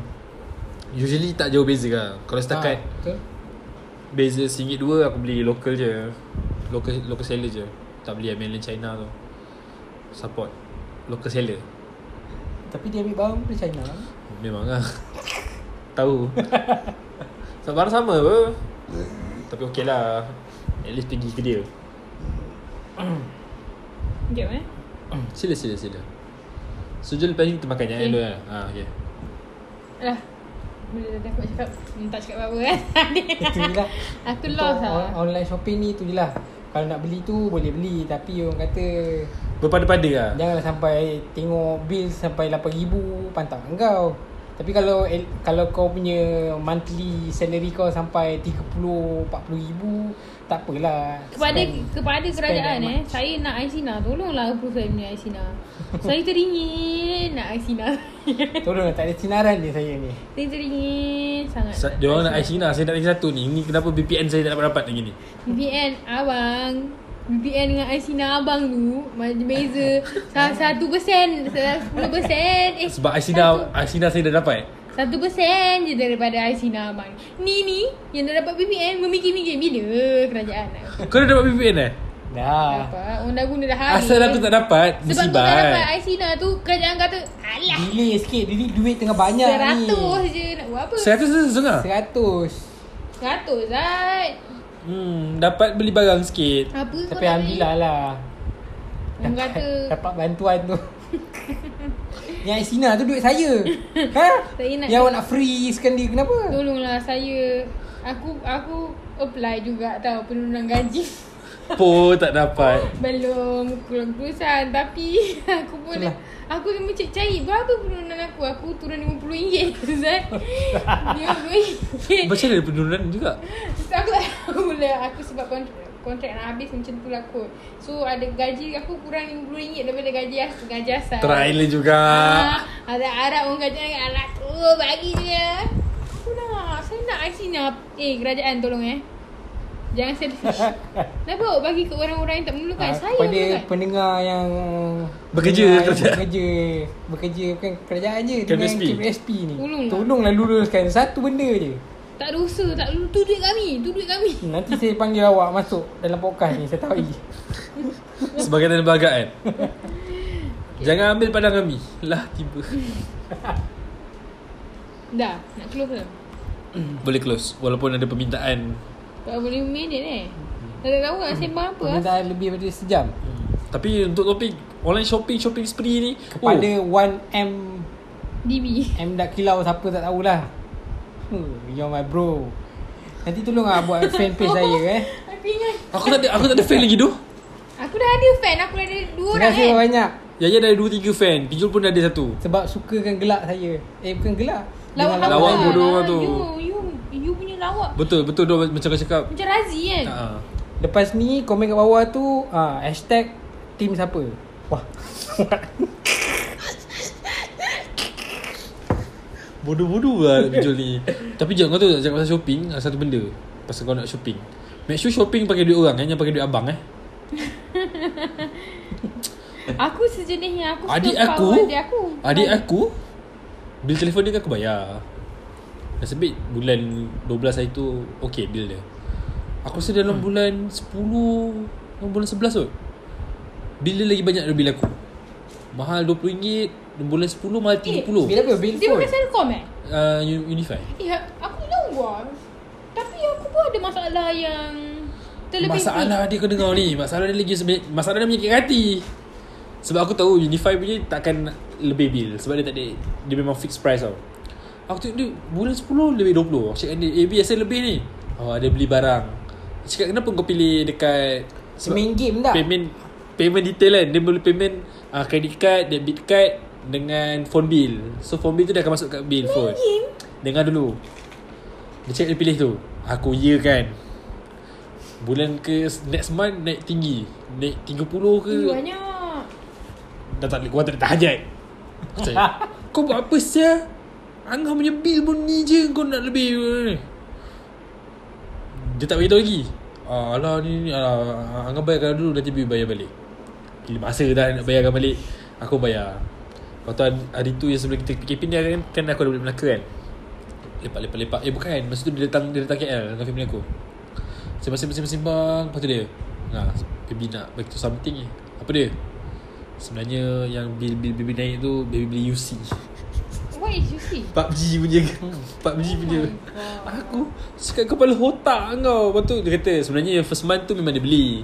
[SPEAKER 1] Usually tak jauh beza lah. Kalau setakat
[SPEAKER 3] ha, betul?
[SPEAKER 1] Beza RM1 dua aku beli local je Local local seller je Tak beli yang mainland China tu Support Local seller
[SPEAKER 3] Tapi dia ambil barang daripada China kan?
[SPEAKER 1] Memang lah Tahu Sebab barang sama apa Tapi okey lah At least pergi ke dia
[SPEAKER 2] Sekejap eh
[SPEAKER 1] Sila sila sila Sujud lepas ni kita makan Jangan
[SPEAKER 2] Okay.
[SPEAKER 1] dulu lah ha, okay.
[SPEAKER 2] Alah Bila tadi aku nak cakap hmm, Tak cakap apa-apa kan
[SPEAKER 3] Itu je lah
[SPEAKER 2] Aku
[SPEAKER 3] Untuk
[SPEAKER 2] lost lah
[SPEAKER 3] on- Online shopping ni tu je lah Kalau nak beli tu boleh beli Tapi orang kata
[SPEAKER 1] Berpada-pada lah
[SPEAKER 3] Janganlah sampai tengok bill sampai RM8,000 Pantang engkau Tapi kalau el- kalau kau punya monthly salary kau sampai RM30,000-40,000 Tak apalah
[SPEAKER 2] kepada
[SPEAKER 3] Spend-
[SPEAKER 2] kepada
[SPEAKER 3] spend
[SPEAKER 2] kerajaan
[SPEAKER 3] that
[SPEAKER 2] eh
[SPEAKER 3] much.
[SPEAKER 2] saya nak Aisina tolonglah approve saya punya Aisina saya teringin nak Aisina
[SPEAKER 3] Tolonglah lah, tak ada sinaran dia saya ni
[SPEAKER 2] saya teringin sangat
[SPEAKER 1] Sa- Dia orang nak Aisyina Saya nak lagi satu ni Ni kenapa BPN saya tak dapat-dapat lagi ni
[SPEAKER 2] BBN abang BBN dengan Aisina abang tu ma- Beza sa- Satu persen sa- Sepuluh persen eh,
[SPEAKER 1] Sebab Aisyina Aisyina saya dah dapat
[SPEAKER 2] Satu persen je daripada Aisina abang Ni ni Yang dah dapat BBN Memikir-mikir Bila kerajaan nak
[SPEAKER 1] Kau dah dapat BPN eh
[SPEAKER 3] Dah
[SPEAKER 2] dapat Orang dah guna dah habis
[SPEAKER 1] Asal aku tak dapat
[SPEAKER 2] Sebab kau
[SPEAKER 1] musibah,
[SPEAKER 2] tak
[SPEAKER 1] eh.
[SPEAKER 2] dapat Aisina tu Kerajaan kata Alah
[SPEAKER 3] Delay sikit Jadi duit tengah banyak
[SPEAKER 2] Seratus
[SPEAKER 3] ni
[SPEAKER 2] je Nak buat apa
[SPEAKER 1] Seratus tu setengah
[SPEAKER 3] Seratus
[SPEAKER 2] Seratus Zat
[SPEAKER 1] Hmm Dapat beli barang sikit
[SPEAKER 2] Apa kau
[SPEAKER 3] Tapi
[SPEAKER 2] tak
[SPEAKER 3] Alhamdulillah lah
[SPEAKER 2] beli? Orang kata
[SPEAKER 3] Dapat bantuan tu Yang Sina tu duit saya Ha?
[SPEAKER 2] Saya nak
[SPEAKER 3] Yang awak nak freezekan dia Kenapa?
[SPEAKER 2] Tolonglah saya Aku aku apply juga tau penurunan gaji
[SPEAKER 1] Po tak dapat
[SPEAKER 2] Belum kurang kelulusan Tapi aku boleh
[SPEAKER 3] Itulah.
[SPEAKER 2] Aku cuma cek cari Berapa penurunan aku Aku turun RM50 Zat RM50
[SPEAKER 1] Macam ada penurunan juga
[SPEAKER 2] So aku tak tahu lah Aku sebab kontrak, kontrak nak habis Macam tu lah kot So ada gaji aku kurang RM50 Daripada gaji, as- gaji asal
[SPEAKER 1] Try lah juga
[SPEAKER 2] Ah, ada Arab orang kata anak tu bagi dia. Aku nak, saya nak Aisina. Eh, kerajaan tolong eh. Jangan selfish. Kenapa awak bagi ke orang-orang yang tak memerlukan?
[SPEAKER 3] Ah,
[SPEAKER 2] saya
[SPEAKER 3] kepada
[SPEAKER 2] memerlukan.
[SPEAKER 3] pendengar yang
[SPEAKER 1] Bekerja
[SPEAKER 3] pendengar yang
[SPEAKER 1] kerja.
[SPEAKER 3] bekerja bekerja bukan kerajaan je
[SPEAKER 1] KPSP.
[SPEAKER 3] dengan KPSP ni
[SPEAKER 2] Tolonglah.
[SPEAKER 3] tolonglah luruskan satu benda je
[SPEAKER 2] tak ada usaha, tak ada. Tu duit kami, tu duit kami.
[SPEAKER 3] nanti saya panggil awak masuk dalam podcast ni saya tahu
[SPEAKER 1] Sebagai tanda kan? penghargaan Jangan ambil padang kami Lah tiba
[SPEAKER 2] Dah Nak close ke?
[SPEAKER 1] Boleh close Walaupun ada permintaan
[SPEAKER 2] Tak boleh minit eh Tak ada tahu
[SPEAKER 3] Hmm.
[SPEAKER 2] nak sembang apa lah.
[SPEAKER 3] Permintaan lebih daripada sejam
[SPEAKER 1] Hmm. Tapi untuk topik Online shopping Shopping spree ni
[SPEAKER 3] Kepada
[SPEAKER 1] oh,
[SPEAKER 3] 1M
[SPEAKER 2] DB
[SPEAKER 3] M dah kilau Siapa tak tahulah hmm, You're my bro Nanti tolong lah Buat fanpage saya eh
[SPEAKER 2] Aku ingat
[SPEAKER 1] oh, Aku tak ada Aku tak ada fan lagi tu
[SPEAKER 2] Aku dah ada fan Aku dah ada dua
[SPEAKER 3] Terima
[SPEAKER 2] orang
[SPEAKER 3] kasih
[SPEAKER 2] kan
[SPEAKER 3] banyak
[SPEAKER 1] Yaya dah ada 2-3 fan Pijul pun dah ada satu
[SPEAKER 3] Sebab sukakan gelak saya Eh bukan gelak
[SPEAKER 2] Lawak
[SPEAKER 1] Lawak
[SPEAKER 3] Dengan
[SPEAKER 2] lawak
[SPEAKER 1] bodoh orang tu.
[SPEAKER 2] You You you punya lawak
[SPEAKER 1] Betul Betul tu macam kau cakap
[SPEAKER 2] Macam Razi kan
[SPEAKER 1] Ha.
[SPEAKER 3] Lepas ni komen kat bawah tu ah hashtag team siapa. Wah.
[SPEAKER 1] Bodoh-bodoh lah Pijul ni Tapi jangan kau tu nak cakap pasal shopping ada Satu benda Pasal kau nak shopping Make sure shopping pakai duit orang eh Jangan pakai duit abang eh
[SPEAKER 2] Aku sejenis yang aku suka
[SPEAKER 1] Adik
[SPEAKER 2] kawan
[SPEAKER 1] aku
[SPEAKER 2] Adik aku Kan?
[SPEAKER 1] Adik aku Bil telefon dia kan aku bayar Nasib baik bulan 12 hari tu Okay bil dia Aku rasa dalam
[SPEAKER 2] Hmm.
[SPEAKER 1] bulan 10 dalam Bulan 11 kot Bil dia lagi banyak dari bil aku Mahal RM20 dalam Bulan 10
[SPEAKER 2] Eh,
[SPEAKER 1] mahal RM30
[SPEAKER 3] Bila apa? Bil
[SPEAKER 2] Dia
[SPEAKER 3] phone.
[SPEAKER 2] pakai Selcom eh
[SPEAKER 1] uh, Un- Unify
[SPEAKER 2] Ya Aku lawa Tapi aku pun ada masalah yang Terlebih
[SPEAKER 1] Masalah dia kau dengar ni Masalah dia lagi sebanyak- Masalah dia menyakit hati Sebab aku tahu Unify punya takkan lebih bil Sebab dia tak ada Dia memang fixed price tau Aku tengok dia Bulan 10 lebih 20 Aku cakap dia Eh biasa lebih ni Oh ada beli barang Aku Cakap kenapa kau pilih dekat
[SPEAKER 3] Main game tak?
[SPEAKER 1] Payment Payment detail kan Dia boleh payment uh, Credit card Debit card Dengan phone bill So phone bill tu dah akan masuk kat bill phone Dengar dulu Dia cakap dia pilih tu Aku ya kan Bulan ke Next month Naik tinggi Naik 30 ke
[SPEAKER 2] Eh, Banyak
[SPEAKER 1] Dah tak boleh Kau tak tahan hajat Aku cakap, Kau buat apa sia Angah punya bil pun ni je Kau nak lebih Dia tak beritahu lagi ah, Alah ni ni, alah, Angah bayarkan dulu Nanti bil bayar balik Gila masa dah nak bayarkan balik Aku bayar Lepas tu hari- hari tu yang sebelum kita PKP ni kan, kan aku ada balik Melaka kan Lepak-lepak-lepak Eh bukan Masa tu dia datang Dia datang KL Dengan family aku Sembang-sembang-sembang Lepas tu dia Nah Baby nak Bagi tu something ni Apa dia Sebenarnya yang bil bil baby naik tu baby beli UC.
[SPEAKER 2] What is you see?
[SPEAKER 1] PUBG punya PUBG punya. Aku cakap kepala otak kau. Lepas tu dia kata sebenarnya yang first month tu memang dia beli.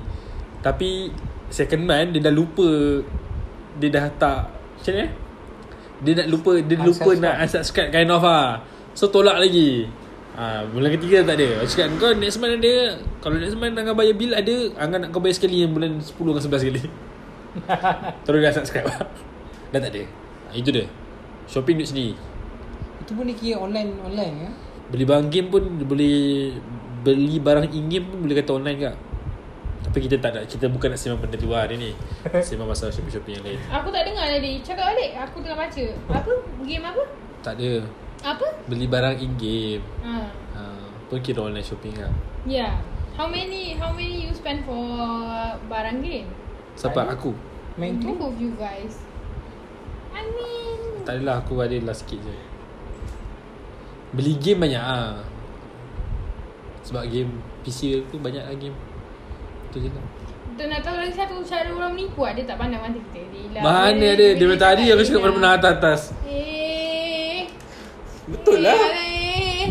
[SPEAKER 1] Tapi second month dia dah lupa dia dah tak macam ni eh? Dia nak lupa dia lupa
[SPEAKER 3] Unsubscribe.
[SPEAKER 1] nak unsubscribe kind of ah. So tolak lagi. Ah, bulan ketiga tak ada. Aku cakap kau next month ada. Kalau next month Angah bayar bil ada, Angah nak kau bayar sekali yang bulan 10 ke 11 kali. Terus dah subscribe Dah tak ada ha, Itu dia Shopping duit sendiri
[SPEAKER 3] Itu pun dia kira online online ya. ke?
[SPEAKER 1] Beli barang game pun dia Boleh Beli barang in-game pun Boleh kata online kak Tapi kita tak nak Kita bukan nak sembang benda tu lah hari ni Sembang pasal shopping-shopping yang lain
[SPEAKER 2] Aku tak dengar tadi. Cakap balik. Aku tengah baca. Apa? Game apa?
[SPEAKER 1] Tak ada
[SPEAKER 2] Apa?
[SPEAKER 1] Beli barang in-game
[SPEAKER 2] Ha.
[SPEAKER 1] ha, Pun kira online shopping lah
[SPEAKER 2] Yeah. How many how many you spend for barang game?
[SPEAKER 1] Siapa? Aku?
[SPEAKER 3] Main tu?
[SPEAKER 2] Both of you guys. I mean
[SPEAKER 1] Tak adalah Aku ada lah sikit je Beli game banyak ah. Sebab game PC tu banyak lah game Itu je lah
[SPEAKER 2] tu nak tahu lagi satu cara orang menipu ah. Dia tak pandang mata kita. Dia
[SPEAKER 1] Mana ada Dia minta tadi aku cakap pada pernah atas
[SPEAKER 2] Eh.
[SPEAKER 1] Betul lah.
[SPEAKER 2] Eh,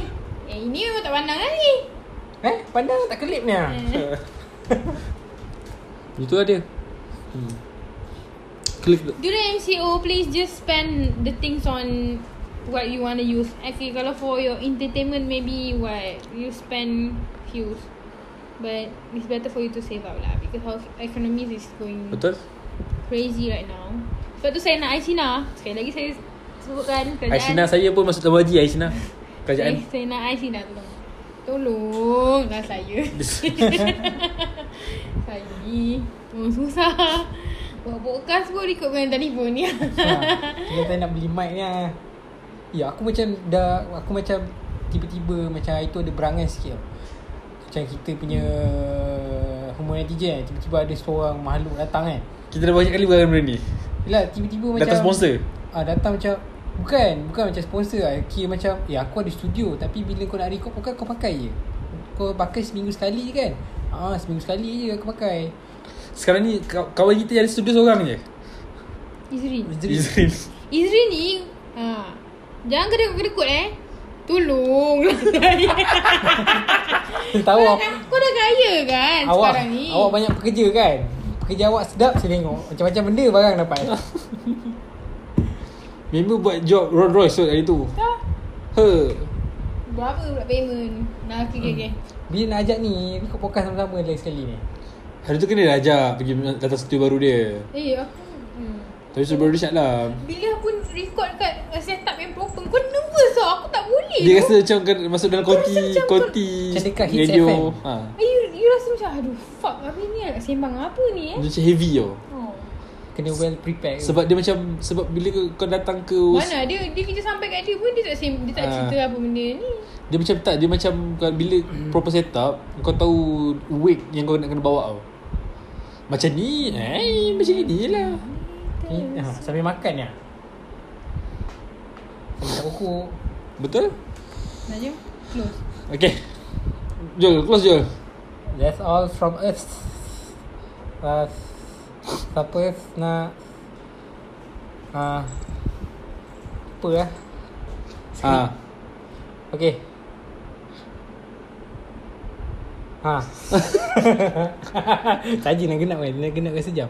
[SPEAKER 2] eh ini memang tak pandang lagi. Mm-hmm.
[SPEAKER 3] Eh, pandang tak kelip ni. ah?
[SPEAKER 1] Itu lah dia hmm. Klik tu
[SPEAKER 2] During MCO, please just spend the things on what you want to use. Okay, kalau for your entertainment, maybe what you spend few. But it's better for you to save up lah because how economy is going
[SPEAKER 1] Betul?
[SPEAKER 2] crazy right now. Sebab tu saya nak Aisina. Sekali lagi saya sebutkan kerajaan.
[SPEAKER 1] Aishina saya pun masuk tamu haji Aishina
[SPEAKER 2] saya,
[SPEAKER 1] Kerajaan
[SPEAKER 2] saya nak Aisina tolong. Tolonglah saya. saya ni memang susah. Buat podcast pun ikut dengan telefon ni.
[SPEAKER 3] Ha. Kita tak nak beli mic ni. ah. Ya, aku macam dah aku macam tiba-tiba macam hari tu ada berangan sikit. tau. Macam kita punya human netizen eh. tiba-tiba ada seorang makhluk datang kan.
[SPEAKER 1] Kita dah banyak kali bukan benda ni
[SPEAKER 3] Yelah tiba-tiba macam
[SPEAKER 1] Datang sponsor
[SPEAKER 3] Ah datang macam Bukan Bukan macam sponsor lah Kira macam Eh aku ada studio Tapi bila kau nak record Bukan kau pakai je Kau pakai seminggu sekali je kan Ah seminggu sekali je aku pakai
[SPEAKER 1] Sekarang ni kaw- kawan kita yang ada studio seorang je
[SPEAKER 2] Izrin.
[SPEAKER 1] Izrin
[SPEAKER 2] Izrin ni ha, Jangan kedekut-kedekut eh Tolong
[SPEAKER 3] Tahu
[SPEAKER 2] Kau
[SPEAKER 3] apa
[SPEAKER 2] dah- Kau dah kaya kan
[SPEAKER 3] awak,
[SPEAKER 2] sekarang ni
[SPEAKER 3] awak banyak pekerja kan Pekerja awak sedap saya tengok Macam-macam benda barang dapat
[SPEAKER 1] Member buat job Rolls Royce tu hari tu
[SPEAKER 2] Dah.
[SPEAKER 1] Her
[SPEAKER 2] Berapa pula payment Nah okay okay, okay
[SPEAKER 3] Bila nak ajak ni Ikut podcast sama-sama lagi sekali ni
[SPEAKER 1] Hari tu kena dah ajak Pergi datang studio baru dia
[SPEAKER 2] Eh aku hmm.
[SPEAKER 1] Tapi studio baru dia syak lah
[SPEAKER 2] Bila aku record kat Setup yang proper Kau nervous tau Aku tak boleh
[SPEAKER 1] Dia
[SPEAKER 2] tau.
[SPEAKER 1] rasa macam kan Masuk dalam
[SPEAKER 2] Eh, Kau rasa
[SPEAKER 1] konti
[SPEAKER 2] macam kau-
[SPEAKER 1] Konti
[SPEAKER 3] Macam dekat Hits
[SPEAKER 1] Radio
[SPEAKER 3] FM.
[SPEAKER 1] ha.
[SPEAKER 2] you, you rasa macam Aduh fuck Habis ni nak sembang apa ni eh
[SPEAKER 1] Dia macam heavy tau
[SPEAKER 2] oh.
[SPEAKER 3] Kena well prepared
[SPEAKER 1] Sebab dia macam Sebab bila kau- kau datang ke
[SPEAKER 2] Mana dia Dia kerja sampai kat dia pun Dia tak sem, dia tak
[SPEAKER 1] Ah.
[SPEAKER 2] cerita apa benda ni
[SPEAKER 1] Dia macam tak Dia macam kalau Bila proper setup Kau tahu Wig yang kau nak kena bawa tau Macam ni Eh macam ni je lah
[SPEAKER 3] Ni, ha, Sambil makan ya Sambil tak ukur
[SPEAKER 1] Betul?
[SPEAKER 2] Nak jom Close
[SPEAKER 1] Okay Jol close Jol
[SPEAKER 3] That's all from us Us Siapa nak Ah, Apa lah
[SPEAKER 1] ha.
[SPEAKER 3] Okay Ha Saji nak genap kan Nak genap kan sejam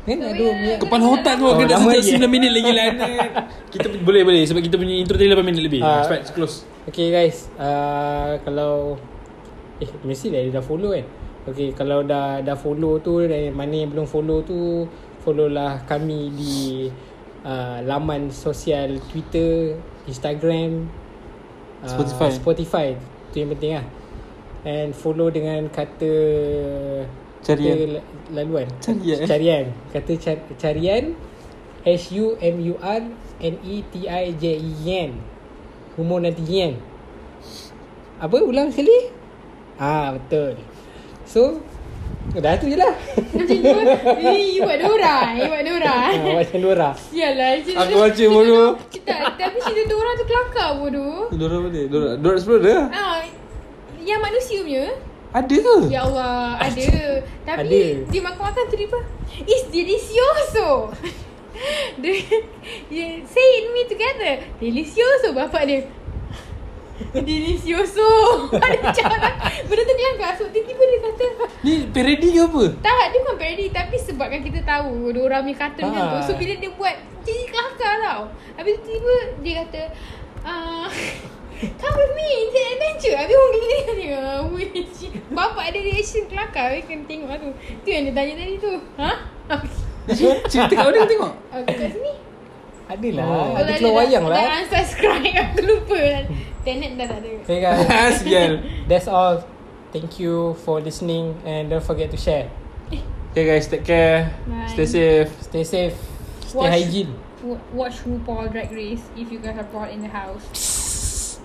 [SPEAKER 3] Kan nak dua minit
[SPEAKER 1] Kepala otak tu
[SPEAKER 3] Oh,
[SPEAKER 1] Kena
[SPEAKER 3] lama lagi,
[SPEAKER 1] sejam 9
[SPEAKER 3] eh?
[SPEAKER 1] minit lagi lah Kita boleh boleh Sebab kita punya intro tadi 8 minit lebih
[SPEAKER 3] Ah.
[SPEAKER 1] Cepat close
[SPEAKER 3] Okay guys uh, Kalau Eh mesti dah, dah follow kan Okay kalau dah dah follow tu Dan yang mana yang belum follow tu Follow lah kami di uh, Laman sosial Twitter Instagram uh,
[SPEAKER 1] Spotify.
[SPEAKER 3] Spotify Tu yang penting lah And follow dengan kata
[SPEAKER 1] Carian.
[SPEAKER 3] kata la- Laluan
[SPEAKER 1] Carian, eh?
[SPEAKER 3] Carian Kata car- carian E H-U-M-U-R-N-E-T-I-J-E-N Humor nanti yen Apa ulang sekali? Ah betul So Dah tu je lah
[SPEAKER 2] Macam you Eh you buat dorang You buat dorang
[SPEAKER 3] ah, Macam Dora
[SPEAKER 2] Sialah cerita-
[SPEAKER 1] Aku baca bodoh.
[SPEAKER 2] cerita, Tapi cerita tu orang tu kelakar bodoh
[SPEAKER 1] Dora boleh Dora Dora Explorer
[SPEAKER 2] ah, Yang manusia punya
[SPEAKER 1] Ada ke?
[SPEAKER 2] Ya Allah Ada Tapi
[SPEAKER 3] Ada.
[SPEAKER 2] Dia makan-makan tu dia apa It's delicioso Dia yeah, Say it me together Delicioso Bapak dia Delicioso Ada cara Benda tu kelakar So tiba-tiba dia kata
[SPEAKER 1] Ni parody ke apa?
[SPEAKER 2] Tak, dia bukan parody Tapi sebabkan kita tahu Dia orang punya kata macam tu So
[SPEAKER 3] Ha.
[SPEAKER 2] bila dia buat Jadi kelakar tau Habis tu tiba Dia kata ah, Come with me Into an adventure Habis orang gini dia "Ah, which Bapak ada reaction kelakar Habis kena tengok lah tu Tu yang dia tanya tadi tu Ha?
[SPEAKER 1] Cerita kat mana kau tengok?
[SPEAKER 2] Aku kat sini
[SPEAKER 3] Adalah
[SPEAKER 1] Oh.
[SPEAKER 3] oh, Ada keluar wayang
[SPEAKER 2] dah, ah. Dah
[SPEAKER 3] lah
[SPEAKER 2] unsubscribe Aku lupa Tenet dah tak ada
[SPEAKER 3] Okay guys
[SPEAKER 1] Ah, Sial
[SPEAKER 3] That's all Thank you for listening And don't forget to share
[SPEAKER 1] Okay guys take care
[SPEAKER 2] Bye.
[SPEAKER 1] Stay safe
[SPEAKER 3] Stay safe Stay
[SPEAKER 2] Wash-
[SPEAKER 3] hygiene
[SPEAKER 2] Wa- Watch RuPaul Drag Race If you guys are bored in the house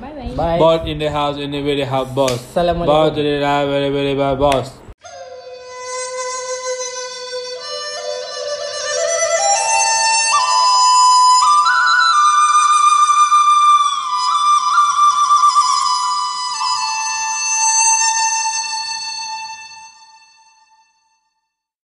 [SPEAKER 2] Bye-bye
[SPEAKER 3] Bye
[SPEAKER 1] Bought in the house and the very hot boss.
[SPEAKER 3] Assalamualaikum.
[SPEAKER 1] Bought in the house very very bad boss.